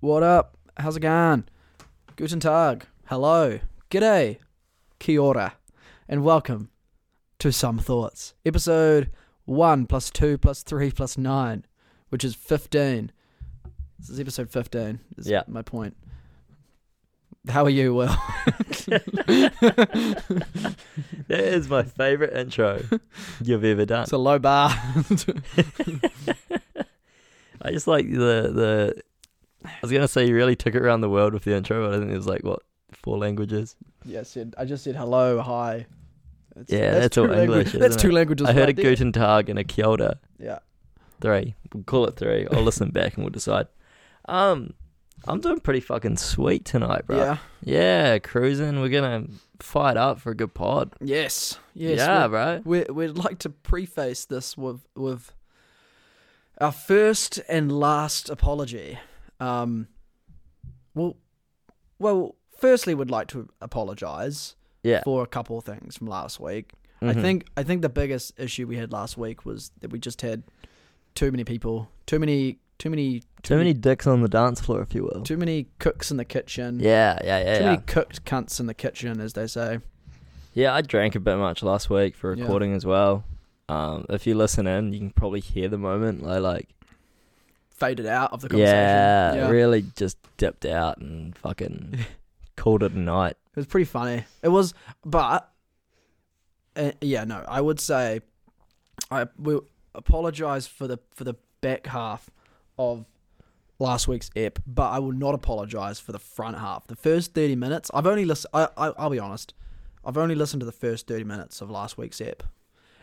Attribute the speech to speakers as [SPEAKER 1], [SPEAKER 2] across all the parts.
[SPEAKER 1] What up? How's it going? Guten Tag. Hello. G'day. Kia ora. And welcome to Some Thoughts, episode 1 plus 2 plus 3 plus 9, which is 15. This is episode 15, is
[SPEAKER 2] Yeah.
[SPEAKER 1] my point. How are you, Will?
[SPEAKER 2] That is my favorite intro you've ever done.
[SPEAKER 1] It's a low bar.
[SPEAKER 2] I just like the the. I was gonna say you really took it around the world with the intro, but I think there's like what four languages.
[SPEAKER 1] yeah, I, said, I just said hello, hi. That's,
[SPEAKER 2] Yeah, that's all English,
[SPEAKER 1] That's
[SPEAKER 2] isn't
[SPEAKER 1] two
[SPEAKER 2] it?
[SPEAKER 1] languages.
[SPEAKER 2] I heard
[SPEAKER 1] right
[SPEAKER 2] a
[SPEAKER 1] there.
[SPEAKER 2] Guten Tag and a Kia ora.
[SPEAKER 1] Yeah.
[SPEAKER 2] Three. We'll call it three. I'll listen back and we'll decide. Um, I'm doing pretty fucking sweet tonight, bro.
[SPEAKER 1] Yeah.
[SPEAKER 2] Yeah, cruising. We're gonna fight up for a good pod.
[SPEAKER 1] Yes. Yes.
[SPEAKER 2] yeah,
[SPEAKER 1] we-
[SPEAKER 2] bro.
[SPEAKER 1] we we'd like to preface this with with our first and last apology. Um, well, well, firstly, we'd like to apologise
[SPEAKER 2] Yeah.
[SPEAKER 1] for a couple of things from last week. I
[SPEAKER 2] Mhm.
[SPEAKER 1] think I think the biggest issue we had last week was that we just had too many people, too many, too many,
[SPEAKER 2] too many dicks on the dance floor, if you will.
[SPEAKER 1] too many cooks in the kitchen.
[SPEAKER 2] yeah, yeah, yeah.
[SPEAKER 1] Too
[SPEAKER 2] yeah.
[SPEAKER 1] many cooked cunts in the kitchen, as they say.
[SPEAKER 2] Yeah, I drank a bit much last week for
[SPEAKER 1] Yeah.
[SPEAKER 2] recording as well. Um, if you listen in, you can probably hear the moment. I like,
[SPEAKER 1] Faded out of the conversation.
[SPEAKER 2] yeah,
[SPEAKER 1] Yeah.
[SPEAKER 2] really just dipped out and fucking called it a night.
[SPEAKER 1] It was pretty funny. It was, but uh, yeah, no, I would say I will apologize for the for the back half of last week's ep, but I will not apologize for the front half. The first thirty minutes, I've only listened. I, I I'll be honest, I've only listened to the first thirty minutes of last week's ep,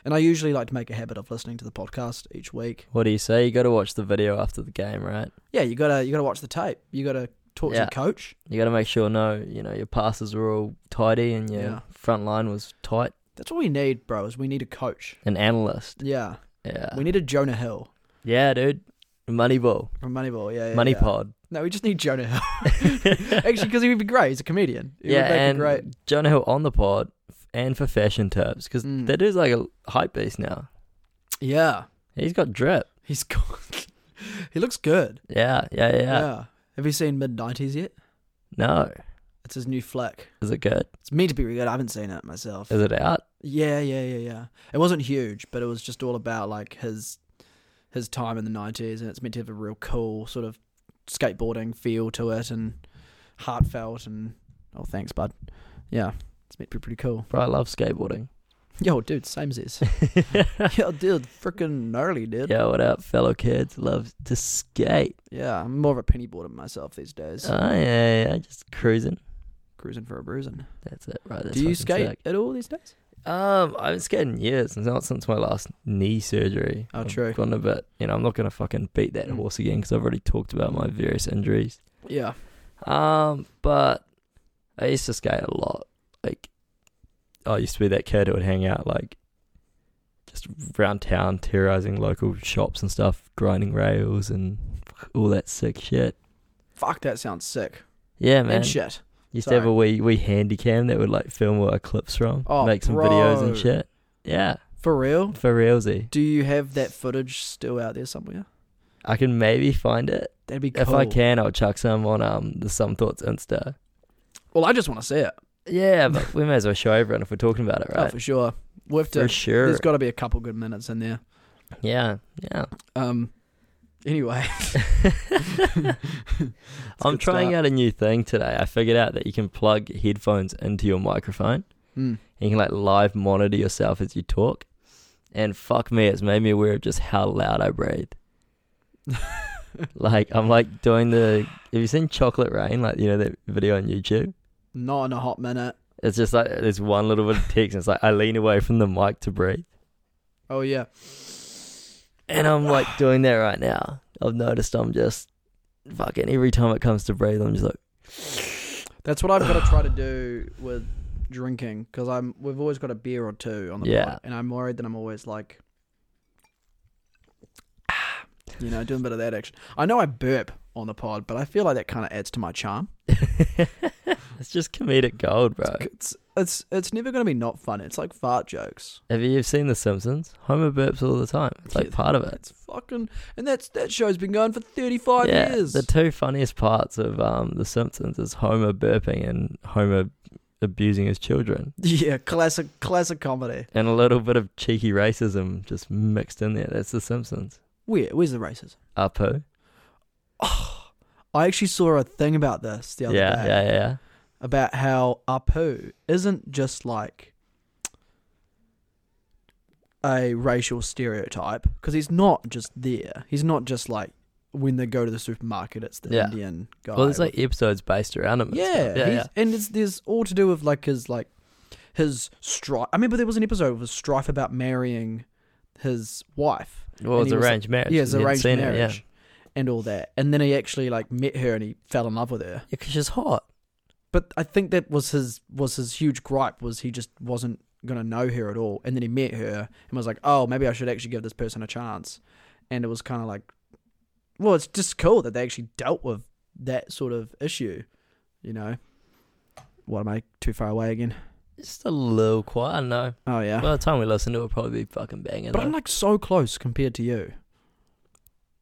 [SPEAKER 1] and I usually like to make a habit of listening to the podcast each week.
[SPEAKER 2] What do you say? You got to watch the video after the game, right?
[SPEAKER 1] Yeah, you gotta you gotta watch the tape. You gotta talk
[SPEAKER 2] Yeah.
[SPEAKER 1] to your coach.
[SPEAKER 2] You got to make sure no, you know, your passes were all tidy and your
[SPEAKER 1] Yeah.
[SPEAKER 2] front line was tight.
[SPEAKER 1] That's what we need, bro. Is we need a coach.
[SPEAKER 2] An analyst,
[SPEAKER 1] Yeah,
[SPEAKER 2] yeah,
[SPEAKER 1] we need a Jonah Hill.
[SPEAKER 2] yeah, dude, Moneyball,
[SPEAKER 1] From Moneyball, yeah, yeah
[SPEAKER 2] Money
[SPEAKER 1] yeah.
[SPEAKER 2] Pod,
[SPEAKER 1] No, we just need Jonah Hill. Actually, because he would be great. He's a comedian. He
[SPEAKER 2] yeah,
[SPEAKER 1] would make a
[SPEAKER 2] and
[SPEAKER 1] great.
[SPEAKER 2] Jonah Hill on the pod, f- and for fashion tips because
[SPEAKER 1] Mm.
[SPEAKER 2] Hmm. that dude's like a hype beast now.
[SPEAKER 1] Yeah,
[SPEAKER 2] He's got drip.
[SPEAKER 1] he's cool. he looks good.
[SPEAKER 2] Yeah, yeah, yeah.
[SPEAKER 1] Yeah. Have you seen Mid Nineties yet?
[SPEAKER 2] No.
[SPEAKER 1] It's his new flick.
[SPEAKER 2] Is it good?
[SPEAKER 1] It's meant to be really good. I haven't seen it myself.
[SPEAKER 2] Is it out?
[SPEAKER 1] Yeah, yeah, yeah, yeah. It wasn't huge, but it was just all about like his his time in the nineties, and it's meant to have a real cool sort of skateboarding feel to it, and heartfelt, and oh, thanks, bud. Yeah, it's meant to be pretty cool.
[SPEAKER 2] Bro, I love skateboarding.
[SPEAKER 1] Yo, dude, same as this. Yo, dude, freaking gnarly, dude. Yeah.
[SPEAKER 2] yeah, what up, fellow kids? Love to skate.
[SPEAKER 1] I'm more of a penny boarder myself these days.
[SPEAKER 2] Oh, yeah, yeah, just cruising.
[SPEAKER 1] Cruising for a bruising.
[SPEAKER 2] That's it, right? That's
[SPEAKER 1] Do you
[SPEAKER 2] fucking
[SPEAKER 1] skate
[SPEAKER 2] sick.
[SPEAKER 1] at all these days?
[SPEAKER 2] Um, I haven't skated in years. It's not since my last knee surgery.
[SPEAKER 1] Oh,
[SPEAKER 2] I've
[SPEAKER 1] true.
[SPEAKER 2] Gone a bit. You know, I'm not gonna fucking beat that
[SPEAKER 1] Mm.
[SPEAKER 2] horse again because I've already talked about my various injuries.
[SPEAKER 1] Yeah.
[SPEAKER 2] Um, but I used to skate a lot. Like, I used to be that kid who would hang out like just round town, terrorizing local shops and stuff, grinding rails and all that sick shit.
[SPEAKER 1] Fuck, that sounds sick.
[SPEAKER 2] Yeah, man.
[SPEAKER 1] And shit.
[SPEAKER 2] used to have a wee wee handy cam that would like film all our clips from,
[SPEAKER 1] Oh,
[SPEAKER 2] make some videos
[SPEAKER 1] bro.
[SPEAKER 2] and shit. Yeah,
[SPEAKER 1] For real?
[SPEAKER 2] for realsy.
[SPEAKER 1] Do you have that footage still out there somewhere?
[SPEAKER 2] I can maybe find it
[SPEAKER 1] That'd be cool.
[SPEAKER 2] if I can. I'll chuck some on um the Some Thoughts Insta.
[SPEAKER 1] Well, I just want to see it.
[SPEAKER 2] Yeah, but we may as well show everyone if we're talking about it,
[SPEAKER 1] Oh,
[SPEAKER 2] right?
[SPEAKER 1] for sure. We have to.
[SPEAKER 2] for sure.
[SPEAKER 1] There's got to be a couple good minutes in there.
[SPEAKER 2] Yeah, yeah.
[SPEAKER 1] Um. Anyway,
[SPEAKER 2] I'm
[SPEAKER 1] good
[SPEAKER 2] trying
[SPEAKER 1] start.
[SPEAKER 2] out a new thing today. I figured out that you can plug headphones into your microphone
[SPEAKER 1] Mm.
[SPEAKER 2] and you can like live monitor yourself as you talk. And fuck me, it's made me aware of just how loud I breathe. Like I'm like doing the have you seen Chocolate Rain? Like you know that video on YouTube?
[SPEAKER 1] not in a hot minute.
[SPEAKER 2] It's just like there's one little bit of text and it's like I lean away from the mic to breathe.
[SPEAKER 1] Oh yeah.
[SPEAKER 2] And I'm like doing that right now. I've noticed I'm just fucking every time it comes to breathe, I'm just like
[SPEAKER 1] That's what I've got to try to do with drinking because I'm we've always got a beer or two on the
[SPEAKER 2] Yeah.
[SPEAKER 1] pot, and I'm worried that I'm always like, ah, you know, doing a bit of that action. I know I burp on the pod, but I feel like that kind of adds to my charm.
[SPEAKER 2] It's just comedic gold, bro.
[SPEAKER 1] It's, it's it's never gonna be not fun. It's like fart jokes.
[SPEAKER 2] Have you seen The Simpsons? Homer burps all the time. It's like
[SPEAKER 1] Yeah,
[SPEAKER 2] part of it.
[SPEAKER 1] It's fucking and that's that show's been going for thirty five
[SPEAKER 2] yeah,
[SPEAKER 1] years.
[SPEAKER 2] the two funniest parts of um The Simpsons is Homer burping and Homer abusing his children,
[SPEAKER 1] yeah, classic classic comedy.
[SPEAKER 2] and a little bit of cheeky racism just mixed in there. That's The Simpsons.
[SPEAKER 1] Where where's the racism?
[SPEAKER 2] Apu.
[SPEAKER 1] I actually saw a thing about this the
[SPEAKER 2] Yeah,
[SPEAKER 1] other
[SPEAKER 2] yeah,
[SPEAKER 1] day
[SPEAKER 2] yeah, yeah.
[SPEAKER 1] about how Apu isn't just like a racial stereotype because he's not just there. He's not just like when they go to the supermarket, it's the
[SPEAKER 2] Yeah.
[SPEAKER 1] Indian guy.
[SPEAKER 2] Well, there's
[SPEAKER 1] with
[SPEAKER 2] like episodes based around him. and stuff.
[SPEAKER 1] Yeah,
[SPEAKER 2] yeah,
[SPEAKER 1] he's- and it's there's all to do with like his like his strife. I remember there was an episode of his strife about marrying his wife.
[SPEAKER 2] yeah. Well,
[SPEAKER 1] and
[SPEAKER 2] it's
[SPEAKER 1] he was, like-
[SPEAKER 2] arranged marriage.
[SPEAKER 1] yeah, his
[SPEAKER 2] You hadn't
[SPEAKER 1] arranged
[SPEAKER 2] seen it,
[SPEAKER 1] marriage
[SPEAKER 2] yeah,
[SPEAKER 1] and all that. And then he actually like met her and he fell in love with her.
[SPEAKER 2] because she's hot.
[SPEAKER 1] But I think that was his was his huge gripe was he just wasn't gonna know her at all. And then he met her and was like, oh, maybe I should actually give this person a chance. And it was kind of like, well, it's just cool that they actually dealt with that sort of issue, you know. What am I too far away again?
[SPEAKER 2] Just a little quiet. I know.
[SPEAKER 1] Oh yeah.
[SPEAKER 2] By the time we listen to it, will probably be fucking banging.
[SPEAKER 1] But I'm
[SPEAKER 2] though.
[SPEAKER 1] like so close compared to you.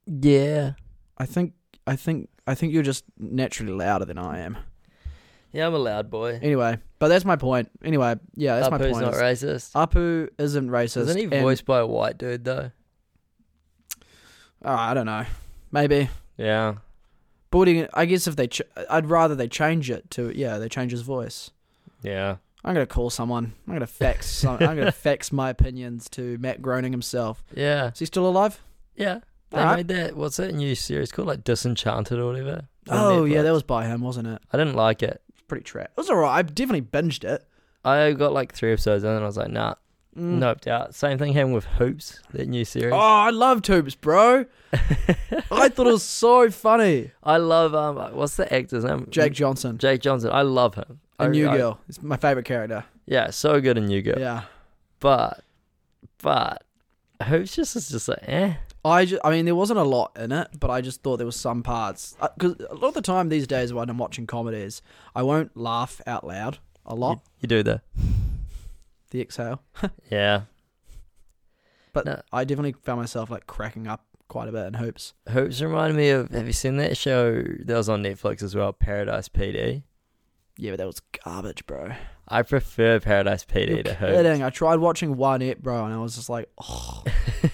[SPEAKER 2] yeah,
[SPEAKER 1] I think I think I think you're just naturally louder than I am.
[SPEAKER 2] yeah, I'm a loud boy.
[SPEAKER 1] Anyway, but that's my point. Anyway, yeah, that's my
[SPEAKER 2] Apu's
[SPEAKER 1] point.
[SPEAKER 2] not
[SPEAKER 1] is
[SPEAKER 2] racist.
[SPEAKER 1] Apu isn't racist.
[SPEAKER 2] Isn't he
[SPEAKER 1] and-
[SPEAKER 2] voiced by a white dude though?
[SPEAKER 1] Oh, I don't know. Maybe.
[SPEAKER 2] Yeah.
[SPEAKER 1] But what do you- I guess if they, ch- I'd rather they change it to yeah, they change his voice.
[SPEAKER 2] Yeah.
[SPEAKER 1] I'm gonna call someone. I'm gonna fax. Some, I'm gonna fax my opinions to Matt Groening himself.
[SPEAKER 2] Yeah.
[SPEAKER 1] Is he still alive?
[SPEAKER 2] Yeah. They
[SPEAKER 1] Alright.
[SPEAKER 2] made that what's that new series called? Like Disenchanted or whatever. on
[SPEAKER 1] Oh yeah,
[SPEAKER 2] Netflix.
[SPEAKER 1] that was by him, wasn't it?
[SPEAKER 2] I didn't like it.
[SPEAKER 1] Pretty trap. It was alright. I definitely binged it.
[SPEAKER 2] I got like three episodes in and I was like, nah,
[SPEAKER 1] Mm.
[SPEAKER 2] noped out. Same thing happened with Hoops, that new series.
[SPEAKER 1] Oh, I love Toops, bro. I thought it was so funny.
[SPEAKER 2] I love um what's the actor's name?
[SPEAKER 1] Jake Johnson,
[SPEAKER 2] Jake Johnson. I love him. I-
[SPEAKER 1] a new
[SPEAKER 2] I-
[SPEAKER 1] girl. It's my favorite character.
[SPEAKER 2] Yeah, so good in New Girl.
[SPEAKER 1] Yeah,
[SPEAKER 2] But but Hoops just is just like eh.
[SPEAKER 1] I just, I mean, there wasn't a lot in it, but I just thought there was some parts because a lot of the time these days when I'm watching comedies, I won't laugh out loud a lot.
[SPEAKER 2] You, you do the
[SPEAKER 1] The exhale,
[SPEAKER 2] Yeah.
[SPEAKER 1] but
[SPEAKER 2] No.
[SPEAKER 1] I definitely found myself like cracking up quite a bit in hoops.
[SPEAKER 2] Hoops reminded me of have you seen that show that was on Netflix as well, Paradise PD?
[SPEAKER 1] Yeah, but that was garbage, bro.
[SPEAKER 2] I prefer Paradise PD
[SPEAKER 1] You're
[SPEAKER 2] to
[SPEAKER 1] kidding. I tried watching one it, bro, and I was just like, oh,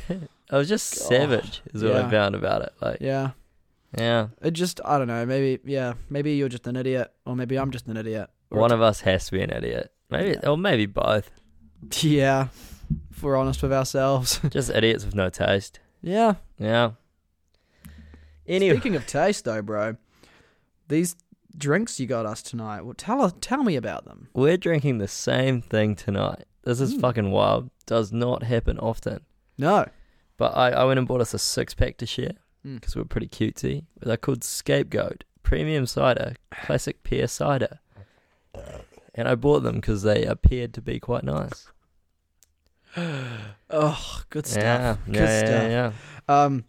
[SPEAKER 2] Hoops. I was just
[SPEAKER 1] God.
[SPEAKER 2] savage is what
[SPEAKER 1] Yeah.
[SPEAKER 2] I found about it. Like yeah.
[SPEAKER 1] yeah. It just, I don't know. Maybe, yeah, maybe you're just an idiot, or maybe I'm just an idiot. Or
[SPEAKER 2] One of us has to be an idiot. Maybe
[SPEAKER 1] Yeah.
[SPEAKER 2] or maybe both.
[SPEAKER 1] it's- yeah, if we're honest with ourselves.
[SPEAKER 2] Just idiots with no taste.
[SPEAKER 1] yeah.
[SPEAKER 2] Yeah. Anyway
[SPEAKER 1] Speaking of taste, though, bro, these drinks you got us tonight. Well, tell us, tell me about them.
[SPEAKER 2] we're drinking the same thing tonight. This is
[SPEAKER 1] Mm.
[SPEAKER 2] fucking wild. Does not happen often.
[SPEAKER 1] No.
[SPEAKER 2] But I, I went and bought us a six pack to share.
[SPEAKER 1] Mm.
[SPEAKER 2] because we're pretty cutesy. They're called Scapegoat Premium Cider, Classic Pear Cider. And I bought them because they appeared to be quite nice.
[SPEAKER 1] Oh, good stuff.
[SPEAKER 2] Yeah,
[SPEAKER 1] Good
[SPEAKER 2] yeah, yeah,
[SPEAKER 1] stuff.
[SPEAKER 2] yeah.
[SPEAKER 1] Um.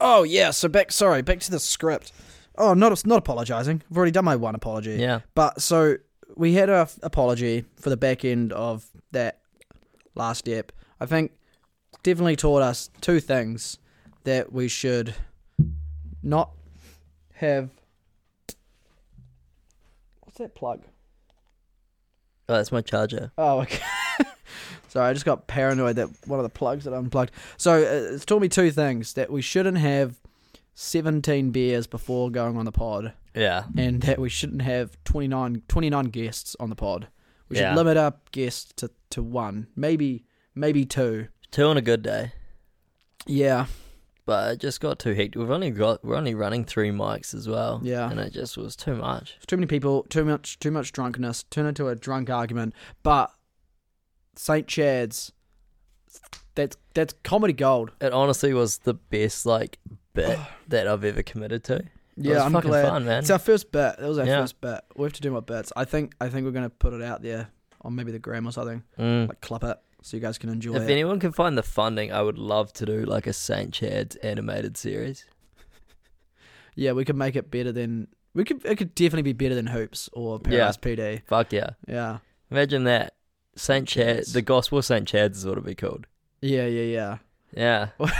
[SPEAKER 1] Oh yeah. So back. Sorry. Back to the script. Oh, not not apologizing. I've already done my one apology.
[SPEAKER 2] Yeah.
[SPEAKER 1] But so we had our f- apology for the back end of that last ep. I think definitely taught us two things that we should not have. What's that plug?
[SPEAKER 2] Oh, that's my charger.
[SPEAKER 1] Oh, okay. Sorry, I just got paranoid that one of the plugs that I unplugged. So uh, it's taught me two things that we shouldn't have 17 beers before going on the pod,
[SPEAKER 2] Yeah.
[SPEAKER 1] and that we shouldn't have 29, 29 guests on the pod. We should
[SPEAKER 2] Yeah.
[SPEAKER 1] limit our guests to, to one, maybe maybe two.
[SPEAKER 2] Two on a good day.
[SPEAKER 1] Yeah,
[SPEAKER 2] But it just got too hectic. We've only got we're only running three mics as well.
[SPEAKER 1] Yeah.
[SPEAKER 2] And it just was too much.
[SPEAKER 1] too many people, too much, too much drunkenness, turn into a drunk argument. But St. Chad's, that's that's comedy gold.
[SPEAKER 2] It honestly was the best like bit that I've ever committed to. it
[SPEAKER 1] Yeah,
[SPEAKER 2] was
[SPEAKER 1] I'm
[SPEAKER 2] fucking
[SPEAKER 1] glad.
[SPEAKER 2] fun, man.
[SPEAKER 1] It's our first bet. That was our
[SPEAKER 2] Yeah.
[SPEAKER 1] first bet. We have to do more bets. I think I think we're gonna put it out there on maybe the gram or something,
[SPEAKER 2] Mm.
[SPEAKER 1] like club it, so you guys can enjoy
[SPEAKER 2] If
[SPEAKER 1] it.
[SPEAKER 2] anyone can find the funding, I would love to do like a St. Chad's animated series.
[SPEAKER 1] yeah, we could make it better than we could. It could definitely be better than hoops or Paradise PD.
[SPEAKER 2] Fuck yeah.
[SPEAKER 1] Yeah,
[SPEAKER 2] Imagine that. St. Chad,
[SPEAKER 1] Yes.
[SPEAKER 2] the Gospel of St. Chad's is what it'd be called.
[SPEAKER 1] Yeah, yeah, yeah.
[SPEAKER 2] Yeah.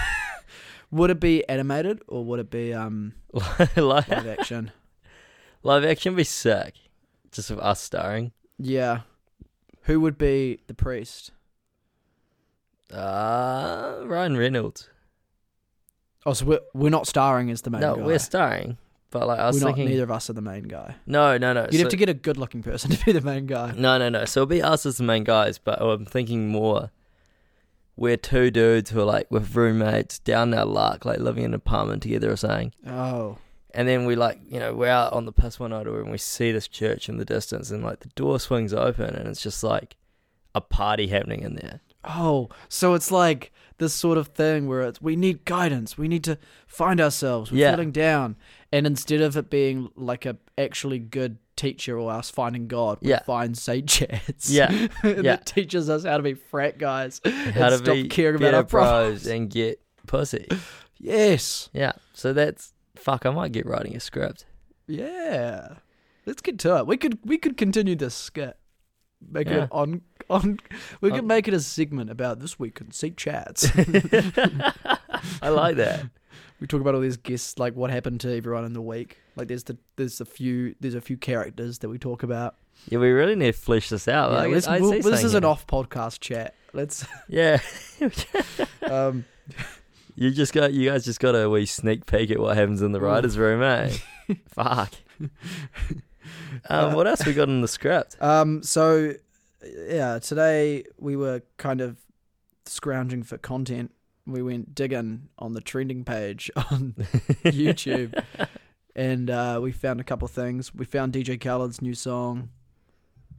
[SPEAKER 1] Would it be animated or would it be um
[SPEAKER 2] live,
[SPEAKER 1] live action?
[SPEAKER 2] live action would be sick. Just of us starring.
[SPEAKER 1] yeah. Who would be the priest?
[SPEAKER 2] Uh, Ryan Reynolds.
[SPEAKER 1] Oh, so we're, we're not starring as the main
[SPEAKER 2] no,
[SPEAKER 1] guy.
[SPEAKER 2] we're starring. But like I was
[SPEAKER 1] We're not,
[SPEAKER 2] thinking,
[SPEAKER 1] neither of us are the main guy.
[SPEAKER 2] no, no, no.
[SPEAKER 1] You'd
[SPEAKER 2] so-
[SPEAKER 1] have to get a good looking person to be the main guy.
[SPEAKER 2] No, no, no. So it'll be us as the main guys, but I'm thinking more. We're two dudes who are like with roommates down their luck, like living in an apartment together or something.
[SPEAKER 1] Oh.
[SPEAKER 2] And then we like, you know, we're out on the piss one night or and we see this church in the distance and like the door swings open and it's just like a party happening in there.
[SPEAKER 1] Oh, so it's like this sort of thing where it's we need guidance, we need to find ourselves, we're
[SPEAKER 2] Yeah.
[SPEAKER 1] feeling down, and instead of it being like a actually good teacher or us finding God, we
[SPEAKER 2] Yeah.
[SPEAKER 1] find Saint Chad's,
[SPEAKER 2] Yeah. yeah.
[SPEAKER 1] that teaches us how to be frat guys,
[SPEAKER 2] How to
[SPEAKER 1] stop
[SPEAKER 2] be
[SPEAKER 1] caring about
[SPEAKER 2] better
[SPEAKER 1] our
[SPEAKER 2] bros and get pussy.
[SPEAKER 1] yes,
[SPEAKER 2] Yeah. So that's fuck, I might get writing a script.
[SPEAKER 1] yeah, let's get to it. We could we could continue this skit, make
[SPEAKER 2] Yeah.
[SPEAKER 1] it on on. We could
[SPEAKER 2] On-
[SPEAKER 1] make it a segment about this week in Saint Chad's.
[SPEAKER 2] I like that.
[SPEAKER 1] we talk about all these guests, like what happened to everyone in the week. Like there's the there's a few there's a few characters that we talk about.
[SPEAKER 2] Yeah, we really need to flesh this out.
[SPEAKER 1] Yeah,
[SPEAKER 2] like,
[SPEAKER 1] let's-
[SPEAKER 2] Oh, I
[SPEAKER 1] we'll-
[SPEAKER 2] see
[SPEAKER 1] this
[SPEAKER 2] something
[SPEAKER 1] is an
[SPEAKER 2] here.
[SPEAKER 1] off podcast chat. Let's
[SPEAKER 2] Yeah,
[SPEAKER 1] um
[SPEAKER 2] you just got you guys just got a wee sneak peek at what happens in the
[SPEAKER 1] Ooh.
[SPEAKER 2] writers' room, eh? Fuck. Um,
[SPEAKER 1] Uh,
[SPEAKER 2] what else we got in the script?
[SPEAKER 1] um so yeah today we were kind of scrounging for content. We went digging on the trending page on YouTube. And uh, we found a couple things. We found DJ Khaled's new song,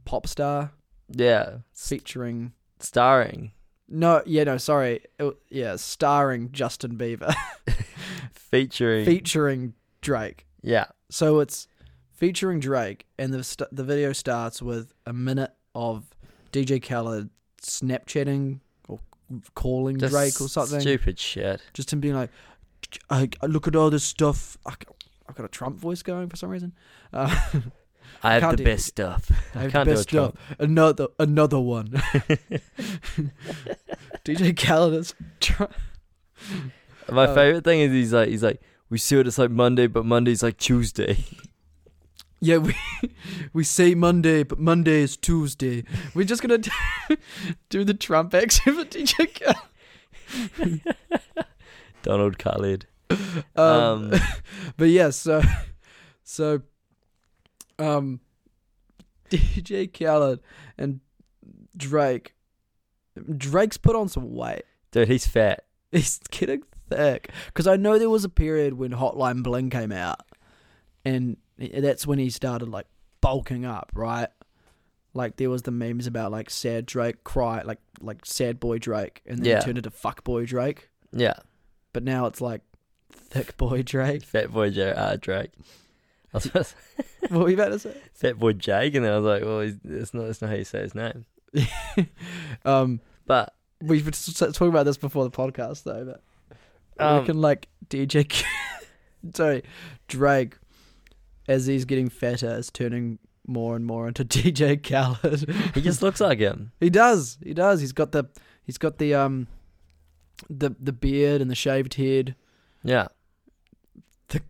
[SPEAKER 1] Popstar,
[SPEAKER 2] Yeah, s-
[SPEAKER 1] featuring
[SPEAKER 2] starring
[SPEAKER 1] No, yeah, no, sorry. It, w- yeah, starring Justin Bieber,
[SPEAKER 2] featuring.
[SPEAKER 1] featuring Drake.
[SPEAKER 2] yeah,
[SPEAKER 1] So it's featuring Drake, and the st- the video starts with a minute of DJ Khaled Snapchatting or calling
[SPEAKER 2] just
[SPEAKER 1] Drake or something.
[SPEAKER 2] Stupid shit.
[SPEAKER 1] Just him being like, I, I look at all this stuff. I, have got a Trump voice going for some reason. Uh,
[SPEAKER 2] I have
[SPEAKER 1] Can't
[SPEAKER 2] the
[SPEAKER 1] do-
[SPEAKER 2] best stuff.
[SPEAKER 1] I have
[SPEAKER 2] can't
[SPEAKER 1] the
[SPEAKER 2] do
[SPEAKER 1] best
[SPEAKER 2] a Trump.
[SPEAKER 1] stuff. Another another one. DJ Khaled is. Tr-
[SPEAKER 2] My
[SPEAKER 1] Oh.
[SPEAKER 2] favorite thing is he's like he's like we see what it's like Monday, but Monday's like Tuesday.
[SPEAKER 1] Yeah, we we say Monday, but Monday is Tuesday. We're just gonna do the Trump action for DJ Khaled.
[SPEAKER 2] Donald Khaled.
[SPEAKER 1] Um,
[SPEAKER 2] um
[SPEAKER 1] but yeah, so so um, DJ Khaled and Drake. Drake's put on some weight.
[SPEAKER 2] dude, he's fat.
[SPEAKER 1] He's getting thick. Because I know there was a period when Hotline Bling came out, and that's when he started like bulking up, right? Like there was the memes about like sad Drake cry, like like sad boy Drake, and then
[SPEAKER 2] Yeah.
[SPEAKER 1] he turned into fuck boy Drake.
[SPEAKER 2] Yeah.
[SPEAKER 1] But now it's like thick boy Drake.
[SPEAKER 2] Fat Boy Joe uh, Drake. I was about to say
[SPEAKER 1] what were you about to say?
[SPEAKER 2] Fat Boy Jake, and then I was like, well, he's, that's not that's not how you say his name.
[SPEAKER 1] Um,
[SPEAKER 2] But
[SPEAKER 1] we were s- talking about this before the podcast though, but I
[SPEAKER 2] Um,
[SPEAKER 1] reckon like DJ, K- sorry, Drake, as he's getting fatter, is turning more and more into DJ Khaled.
[SPEAKER 2] he just looks like him.
[SPEAKER 1] he does, he does. He's got the, he's got the um, the the beard and the shaved head,
[SPEAKER 2] Yeah.
[SPEAKER 1] the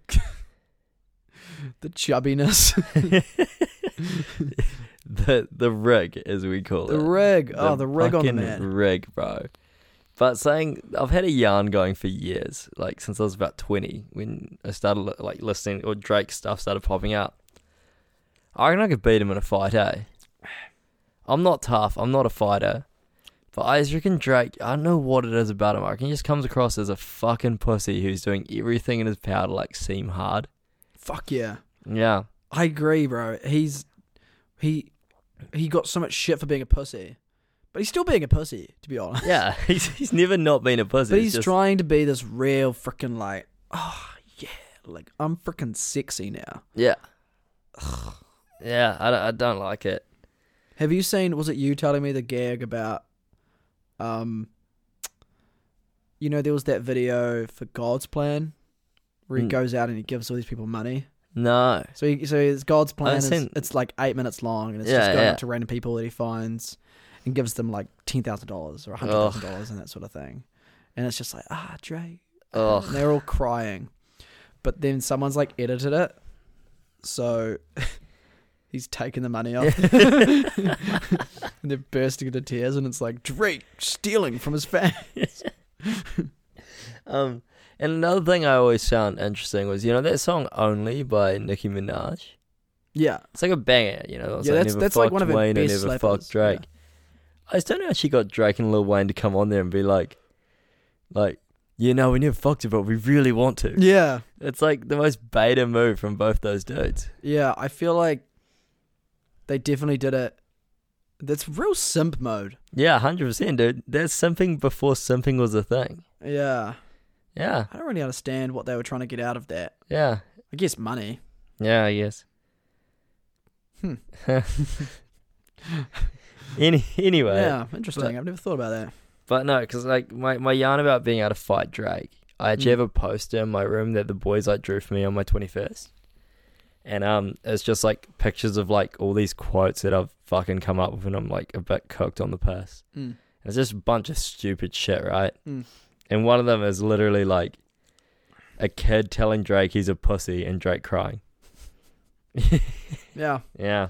[SPEAKER 1] the chubbiness,
[SPEAKER 2] The the rig, as we call
[SPEAKER 1] the
[SPEAKER 2] it.
[SPEAKER 1] rig. oh, the rig on the
[SPEAKER 2] fucking
[SPEAKER 1] man.
[SPEAKER 2] rig, bro. But saying I've had a yarn going for years, like since I was about twenty, when I started li- like listening or Drake stuff started popping up. I reckon I could beat him in a fight, eh? I'm not tough. I'm not a fighter. But I just reckon Drake, I don't know what it is about him. I reckon he just comes across as a fucking pussy who's doing everything in his power to like seem hard.
[SPEAKER 1] Fuck yeah,
[SPEAKER 2] Yeah.
[SPEAKER 1] I agree, bro. He's he he got so much shit for being a pussy, but he's still being a pussy to be honest.
[SPEAKER 2] Yeah. He's, he's never not been a pussy.
[SPEAKER 1] But he's
[SPEAKER 2] just-
[SPEAKER 1] trying to be this real freaking like, oh yeah, like I'm freaking sexy now.
[SPEAKER 2] Yeah. Yeah. I don't, I don't like it.
[SPEAKER 1] Have you seen? Was it you telling me the gag about, um, you know, there was that video for God's plan where he
[SPEAKER 2] Mm.
[SPEAKER 1] goes out and he gives all these people money.
[SPEAKER 2] No.
[SPEAKER 1] So he, so it's God's plan. Is,
[SPEAKER 2] seen-
[SPEAKER 1] It's like eight minutes long, and it's
[SPEAKER 2] Yeah,
[SPEAKER 1] just going
[SPEAKER 2] yeah.
[SPEAKER 1] up to random people that he finds, and gives them like ten thousand dollars or hundred thousand dollars and that sort of thing, and it's just like ah Dre, ah,"
[SPEAKER 2] Ugh.
[SPEAKER 1] and they're all crying, but then someone's like edited it, so he's taken the money off, and they're bursting into tears, and it's like Drake stealing from his fans.
[SPEAKER 2] Um, and another thing I always found interesting was, you know, that song "Only" by Nicki Minaj.
[SPEAKER 1] Yeah,
[SPEAKER 2] It's like a banger, you know. It's
[SPEAKER 1] Yeah,
[SPEAKER 2] like
[SPEAKER 1] that's-
[SPEAKER 2] never
[SPEAKER 1] that's
[SPEAKER 2] fucked
[SPEAKER 1] like one of her
[SPEAKER 2] Wayne and
[SPEAKER 1] best
[SPEAKER 2] never
[SPEAKER 1] slappers,
[SPEAKER 2] fucked Drake. I just don't know how she got Drake and Lil Wayne to come on there and be like, like, you know, we never fucked it, but we really want to.
[SPEAKER 1] yeah,
[SPEAKER 2] It's like the most beta move from both those dudes.
[SPEAKER 1] yeah. I feel like they definitely did it. That's real simp mode.
[SPEAKER 2] Yeah, hundred percent, dude. There's simping before simping was a thing.
[SPEAKER 1] Yeah.
[SPEAKER 2] Yeah,
[SPEAKER 1] I don't really understand what they were trying to get out of that.
[SPEAKER 2] yeah,
[SPEAKER 1] I guess money.
[SPEAKER 2] yeah. I guess.
[SPEAKER 1] Hmm.
[SPEAKER 2] Any anyway.
[SPEAKER 1] yeah, interesting. I've never thought about that.
[SPEAKER 2] But no, because like my, my yarn about being able to fight Drake, I actually
[SPEAKER 1] Mm.
[SPEAKER 2] have a poster in my room that the boys like drew for me on my twenty first, and um, it's just like pictures of like all these quotes that I've fucking come up with, and I'm like a bit cooked on the piss.
[SPEAKER 1] Mm.
[SPEAKER 2] And it's just a bunch of stupid shit, right?
[SPEAKER 1] Mm.
[SPEAKER 2] And one of them is literally like a kid telling Drake he's a pussy and Drake crying.
[SPEAKER 1] Yeah,
[SPEAKER 2] yeah.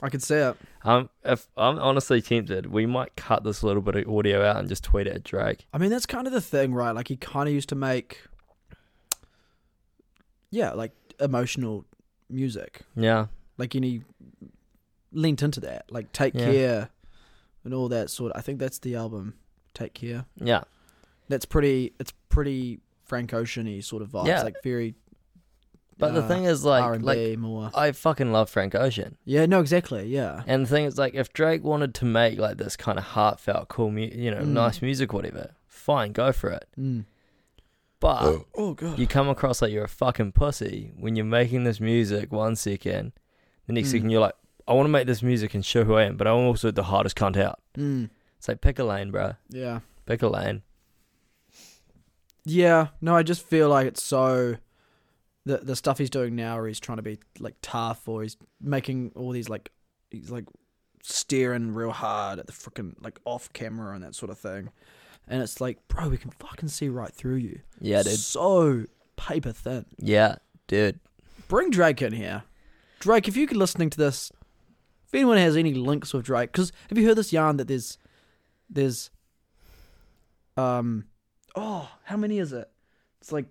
[SPEAKER 1] I could see it.
[SPEAKER 2] Um, if I'm honestly tempted, we might cut this little bit of audio out and just tweet it at Drake.
[SPEAKER 1] I mean, that's kind of the thing, right? Like, he kind of used to make, yeah, like emotional music.
[SPEAKER 2] Yeah.
[SPEAKER 1] Like, and he leant into that. Like, Take
[SPEAKER 2] Yeah.
[SPEAKER 1] Care and all that sort I think that's the album, Take Care.
[SPEAKER 2] Yeah.
[SPEAKER 1] That's pretty, it's pretty Frank Ocean-y sort of vibes.
[SPEAKER 2] Yeah.
[SPEAKER 1] Like, very
[SPEAKER 2] But the
[SPEAKER 1] uh,
[SPEAKER 2] thing is, like,
[SPEAKER 1] R&B
[SPEAKER 2] like
[SPEAKER 1] more.
[SPEAKER 2] I fucking love Frank Ocean,
[SPEAKER 1] Yeah, no, exactly, yeah.
[SPEAKER 2] and the thing is, like, if Drake wanted to make like this kind of heartfelt, cool, mu- you know,
[SPEAKER 1] Mm.
[SPEAKER 2] nice music, whatever, fine, go for it.
[SPEAKER 1] Mm.
[SPEAKER 2] But
[SPEAKER 1] Oh, God.
[SPEAKER 2] you come across like you're a fucking pussy when you're making this music one second, the next
[SPEAKER 1] Mm.
[SPEAKER 2] second you're like, I want to make this music and show who I am, but I'm also the hardest cunt out.
[SPEAKER 1] Mm.
[SPEAKER 2] It's like pick a lane, bro,
[SPEAKER 1] Yeah.
[SPEAKER 2] pick a lane.
[SPEAKER 1] Yeah, no, I just feel like it's so the the stuff he's doing now, where he's trying to be like tough, or he's making all these like he's like staring real hard at the freaking like off camera and that sort of thing, and it's like, bro, we can fucking see right through you.
[SPEAKER 2] Yeah, dude.
[SPEAKER 1] So paper thin.
[SPEAKER 2] Yeah, dude.
[SPEAKER 1] Bring Drake in here, Drake. If you could listening to this, if anyone has any links with Drake, because have you heard this yarn that there's there's um oh how many is it? It's like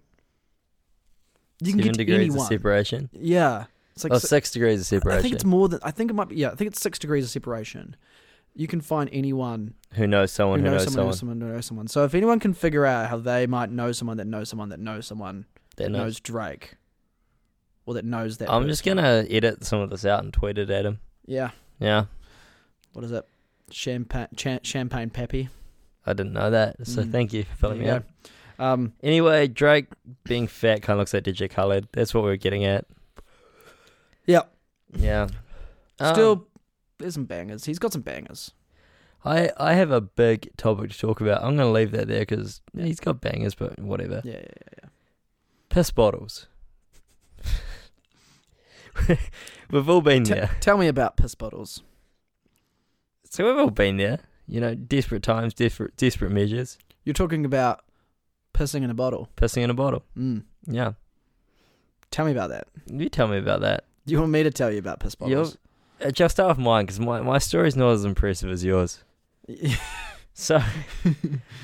[SPEAKER 1] you can
[SPEAKER 2] Seven
[SPEAKER 1] get to
[SPEAKER 2] degrees
[SPEAKER 1] anyone.
[SPEAKER 2] of separation.
[SPEAKER 1] Yeah, it's like
[SPEAKER 2] oh,
[SPEAKER 1] si-
[SPEAKER 2] six degrees of
[SPEAKER 1] I
[SPEAKER 2] separation.
[SPEAKER 1] think it's more than I think it might be. Yeah, I think it's six degrees of separation. You can find anyone
[SPEAKER 2] who knows someone?
[SPEAKER 1] who
[SPEAKER 2] Who,
[SPEAKER 1] knows
[SPEAKER 2] knows,
[SPEAKER 1] someone, who knows someone who knows someone. So if anyone can figure out how they might know someone that knows someone that knows someone
[SPEAKER 2] That
[SPEAKER 1] that
[SPEAKER 2] knows.
[SPEAKER 1] knows Drake, or that knows that.
[SPEAKER 2] I'm just
[SPEAKER 1] person.
[SPEAKER 2] gonna edit some of this out and tweet it at him.
[SPEAKER 1] yeah.
[SPEAKER 2] Yeah,
[SPEAKER 1] What is it? Champagne, cha- champagne, peppy.
[SPEAKER 2] I didn't know that, so
[SPEAKER 1] Mm.
[SPEAKER 2] thank you for filling me
[SPEAKER 1] There you
[SPEAKER 2] out.
[SPEAKER 1] go. Um,
[SPEAKER 2] Anyway, Drake being fat kind of looks like DJ Khaled. That's what we are getting at.
[SPEAKER 1] Yep.
[SPEAKER 2] Yeah. Um,
[SPEAKER 1] still, there's some bangers. He's got some bangers.
[SPEAKER 2] I I have a big topic to talk about. I'm gonna leave that there because he's got bangers, but whatever.
[SPEAKER 1] Yeah, yeah, yeah. yeah.
[SPEAKER 2] Piss bottles. we've all been
[SPEAKER 1] T-
[SPEAKER 2] there.
[SPEAKER 1] Tell me about piss bottles.
[SPEAKER 2] So we've all been there. You know, desperate times, desperate desperate measures,
[SPEAKER 1] You're talking about pissing in a bottle.
[SPEAKER 2] pissing in a bottle.
[SPEAKER 1] Mm.
[SPEAKER 2] Yeah.
[SPEAKER 1] Tell me about that.
[SPEAKER 2] You tell me about that.
[SPEAKER 1] Do you want me to tell you about piss bottles?
[SPEAKER 2] Uh, just off mine because my, my story's not as impressive as yours. So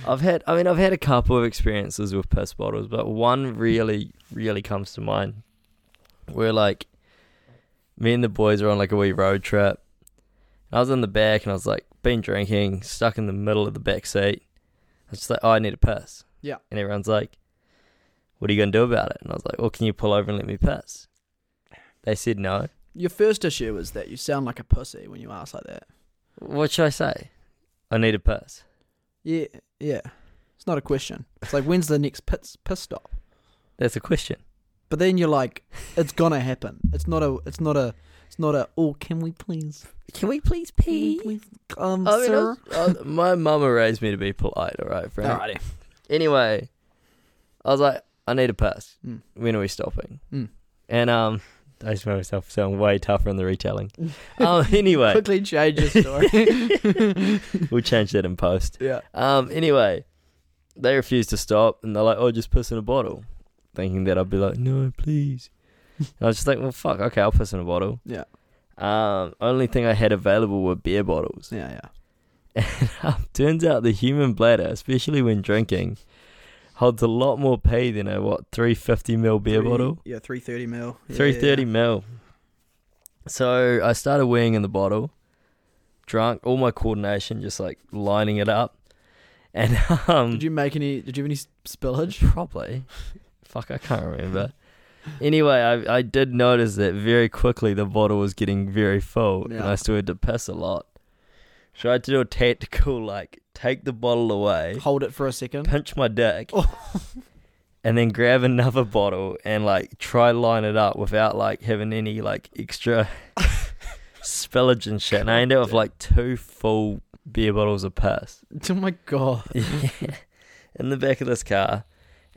[SPEAKER 2] I've had I mean I've had a couple of experiences with piss bottles, but one really, really comes to mind where like me and the boys were on like a wee road trip. I was in the back and I was like been drinking, stuck in the middle of the back seat. I was just like, Oh, I need to piss.
[SPEAKER 1] Yeah.
[SPEAKER 2] And everyone's like, What are you gonna do about it? And I was like, Well, can you pull over and let me piss? They said no.
[SPEAKER 1] Your first issue is that you sound like a pussy when you ask like that.
[SPEAKER 2] What should I say? I need to piss.
[SPEAKER 1] Yeah, yeah. It's not a question. It's like, when's the next piss, piss stop?
[SPEAKER 2] That's a question.
[SPEAKER 1] But then you're like, it's gonna happen. It's not a. It's not a. It's not a. Oh, can we please?
[SPEAKER 2] Can we please
[SPEAKER 1] Can we please? Um,
[SPEAKER 2] I mean, I
[SPEAKER 1] sir.
[SPEAKER 2] was- I- Oh, my mama raised me to be polite, all right, friend.
[SPEAKER 1] Alrighty.
[SPEAKER 2] Anyway, I was like, I need a piss.
[SPEAKER 1] Mm.
[SPEAKER 2] When are we stopping?
[SPEAKER 1] Mm.
[SPEAKER 2] And um, I just made myself sound way tougher in the retelling. um, anyway,
[SPEAKER 1] Quickly change the story.
[SPEAKER 2] we'll change that in post.
[SPEAKER 1] yeah.
[SPEAKER 2] Um, anyway, they refuse to stop, and they're like, "Oh, just piss in a bottle," thinking that I'd be like, "No, please." and I was just like, "Well, fuck. Okay, I'll piss in a bottle."
[SPEAKER 1] Yeah.
[SPEAKER 2] Um, only thing I had available were beer bottles.
[SPEAKER 1] Yeah, yeah.
[SPEAKER 2] Turns out the human bladder, especially when drinking, holds a lot more pee than a what three fifty ml beer
[SPEAKER 1] Three-
[SPEAKER 2] bottle.
[SPEAKER 1] Yeah, 330 mil. Yeah,
[SPEAKER 2] Three thirty
[SPEAKER 1] yeah,
[SPEAKER 2] mil. So I started weighing in the bottle, drunk, all my coordination just like lining it up, and
[SPEAKER 1] yeah.
[SPEAKER 2] um,
[SPEAKER 1] Did you make any, did you have any s- spillage?
[SPEAKER 2] probably, fuck, I can't remember. Anyway, I I did notice that very quickly the bottle was getting very full, and
[SPEAKER 1] Yeah.
[SPEAKER 2] I still had to piss a lot. So I had to do a tactical like take the bottle away,
[SPEAKER 1] Hold it for a second.
[SPEAKER 2] pinch my dick,
[SPEAKER 1] Oh.
[SPEAKER 2] and then grab another bottle and like try line it up without like having any like extra spillage and shit. And I ended up with like two full beer bottles of piss
[SPEAKER 1] Oh my god.
[SPEAKER 2] in the back of this car,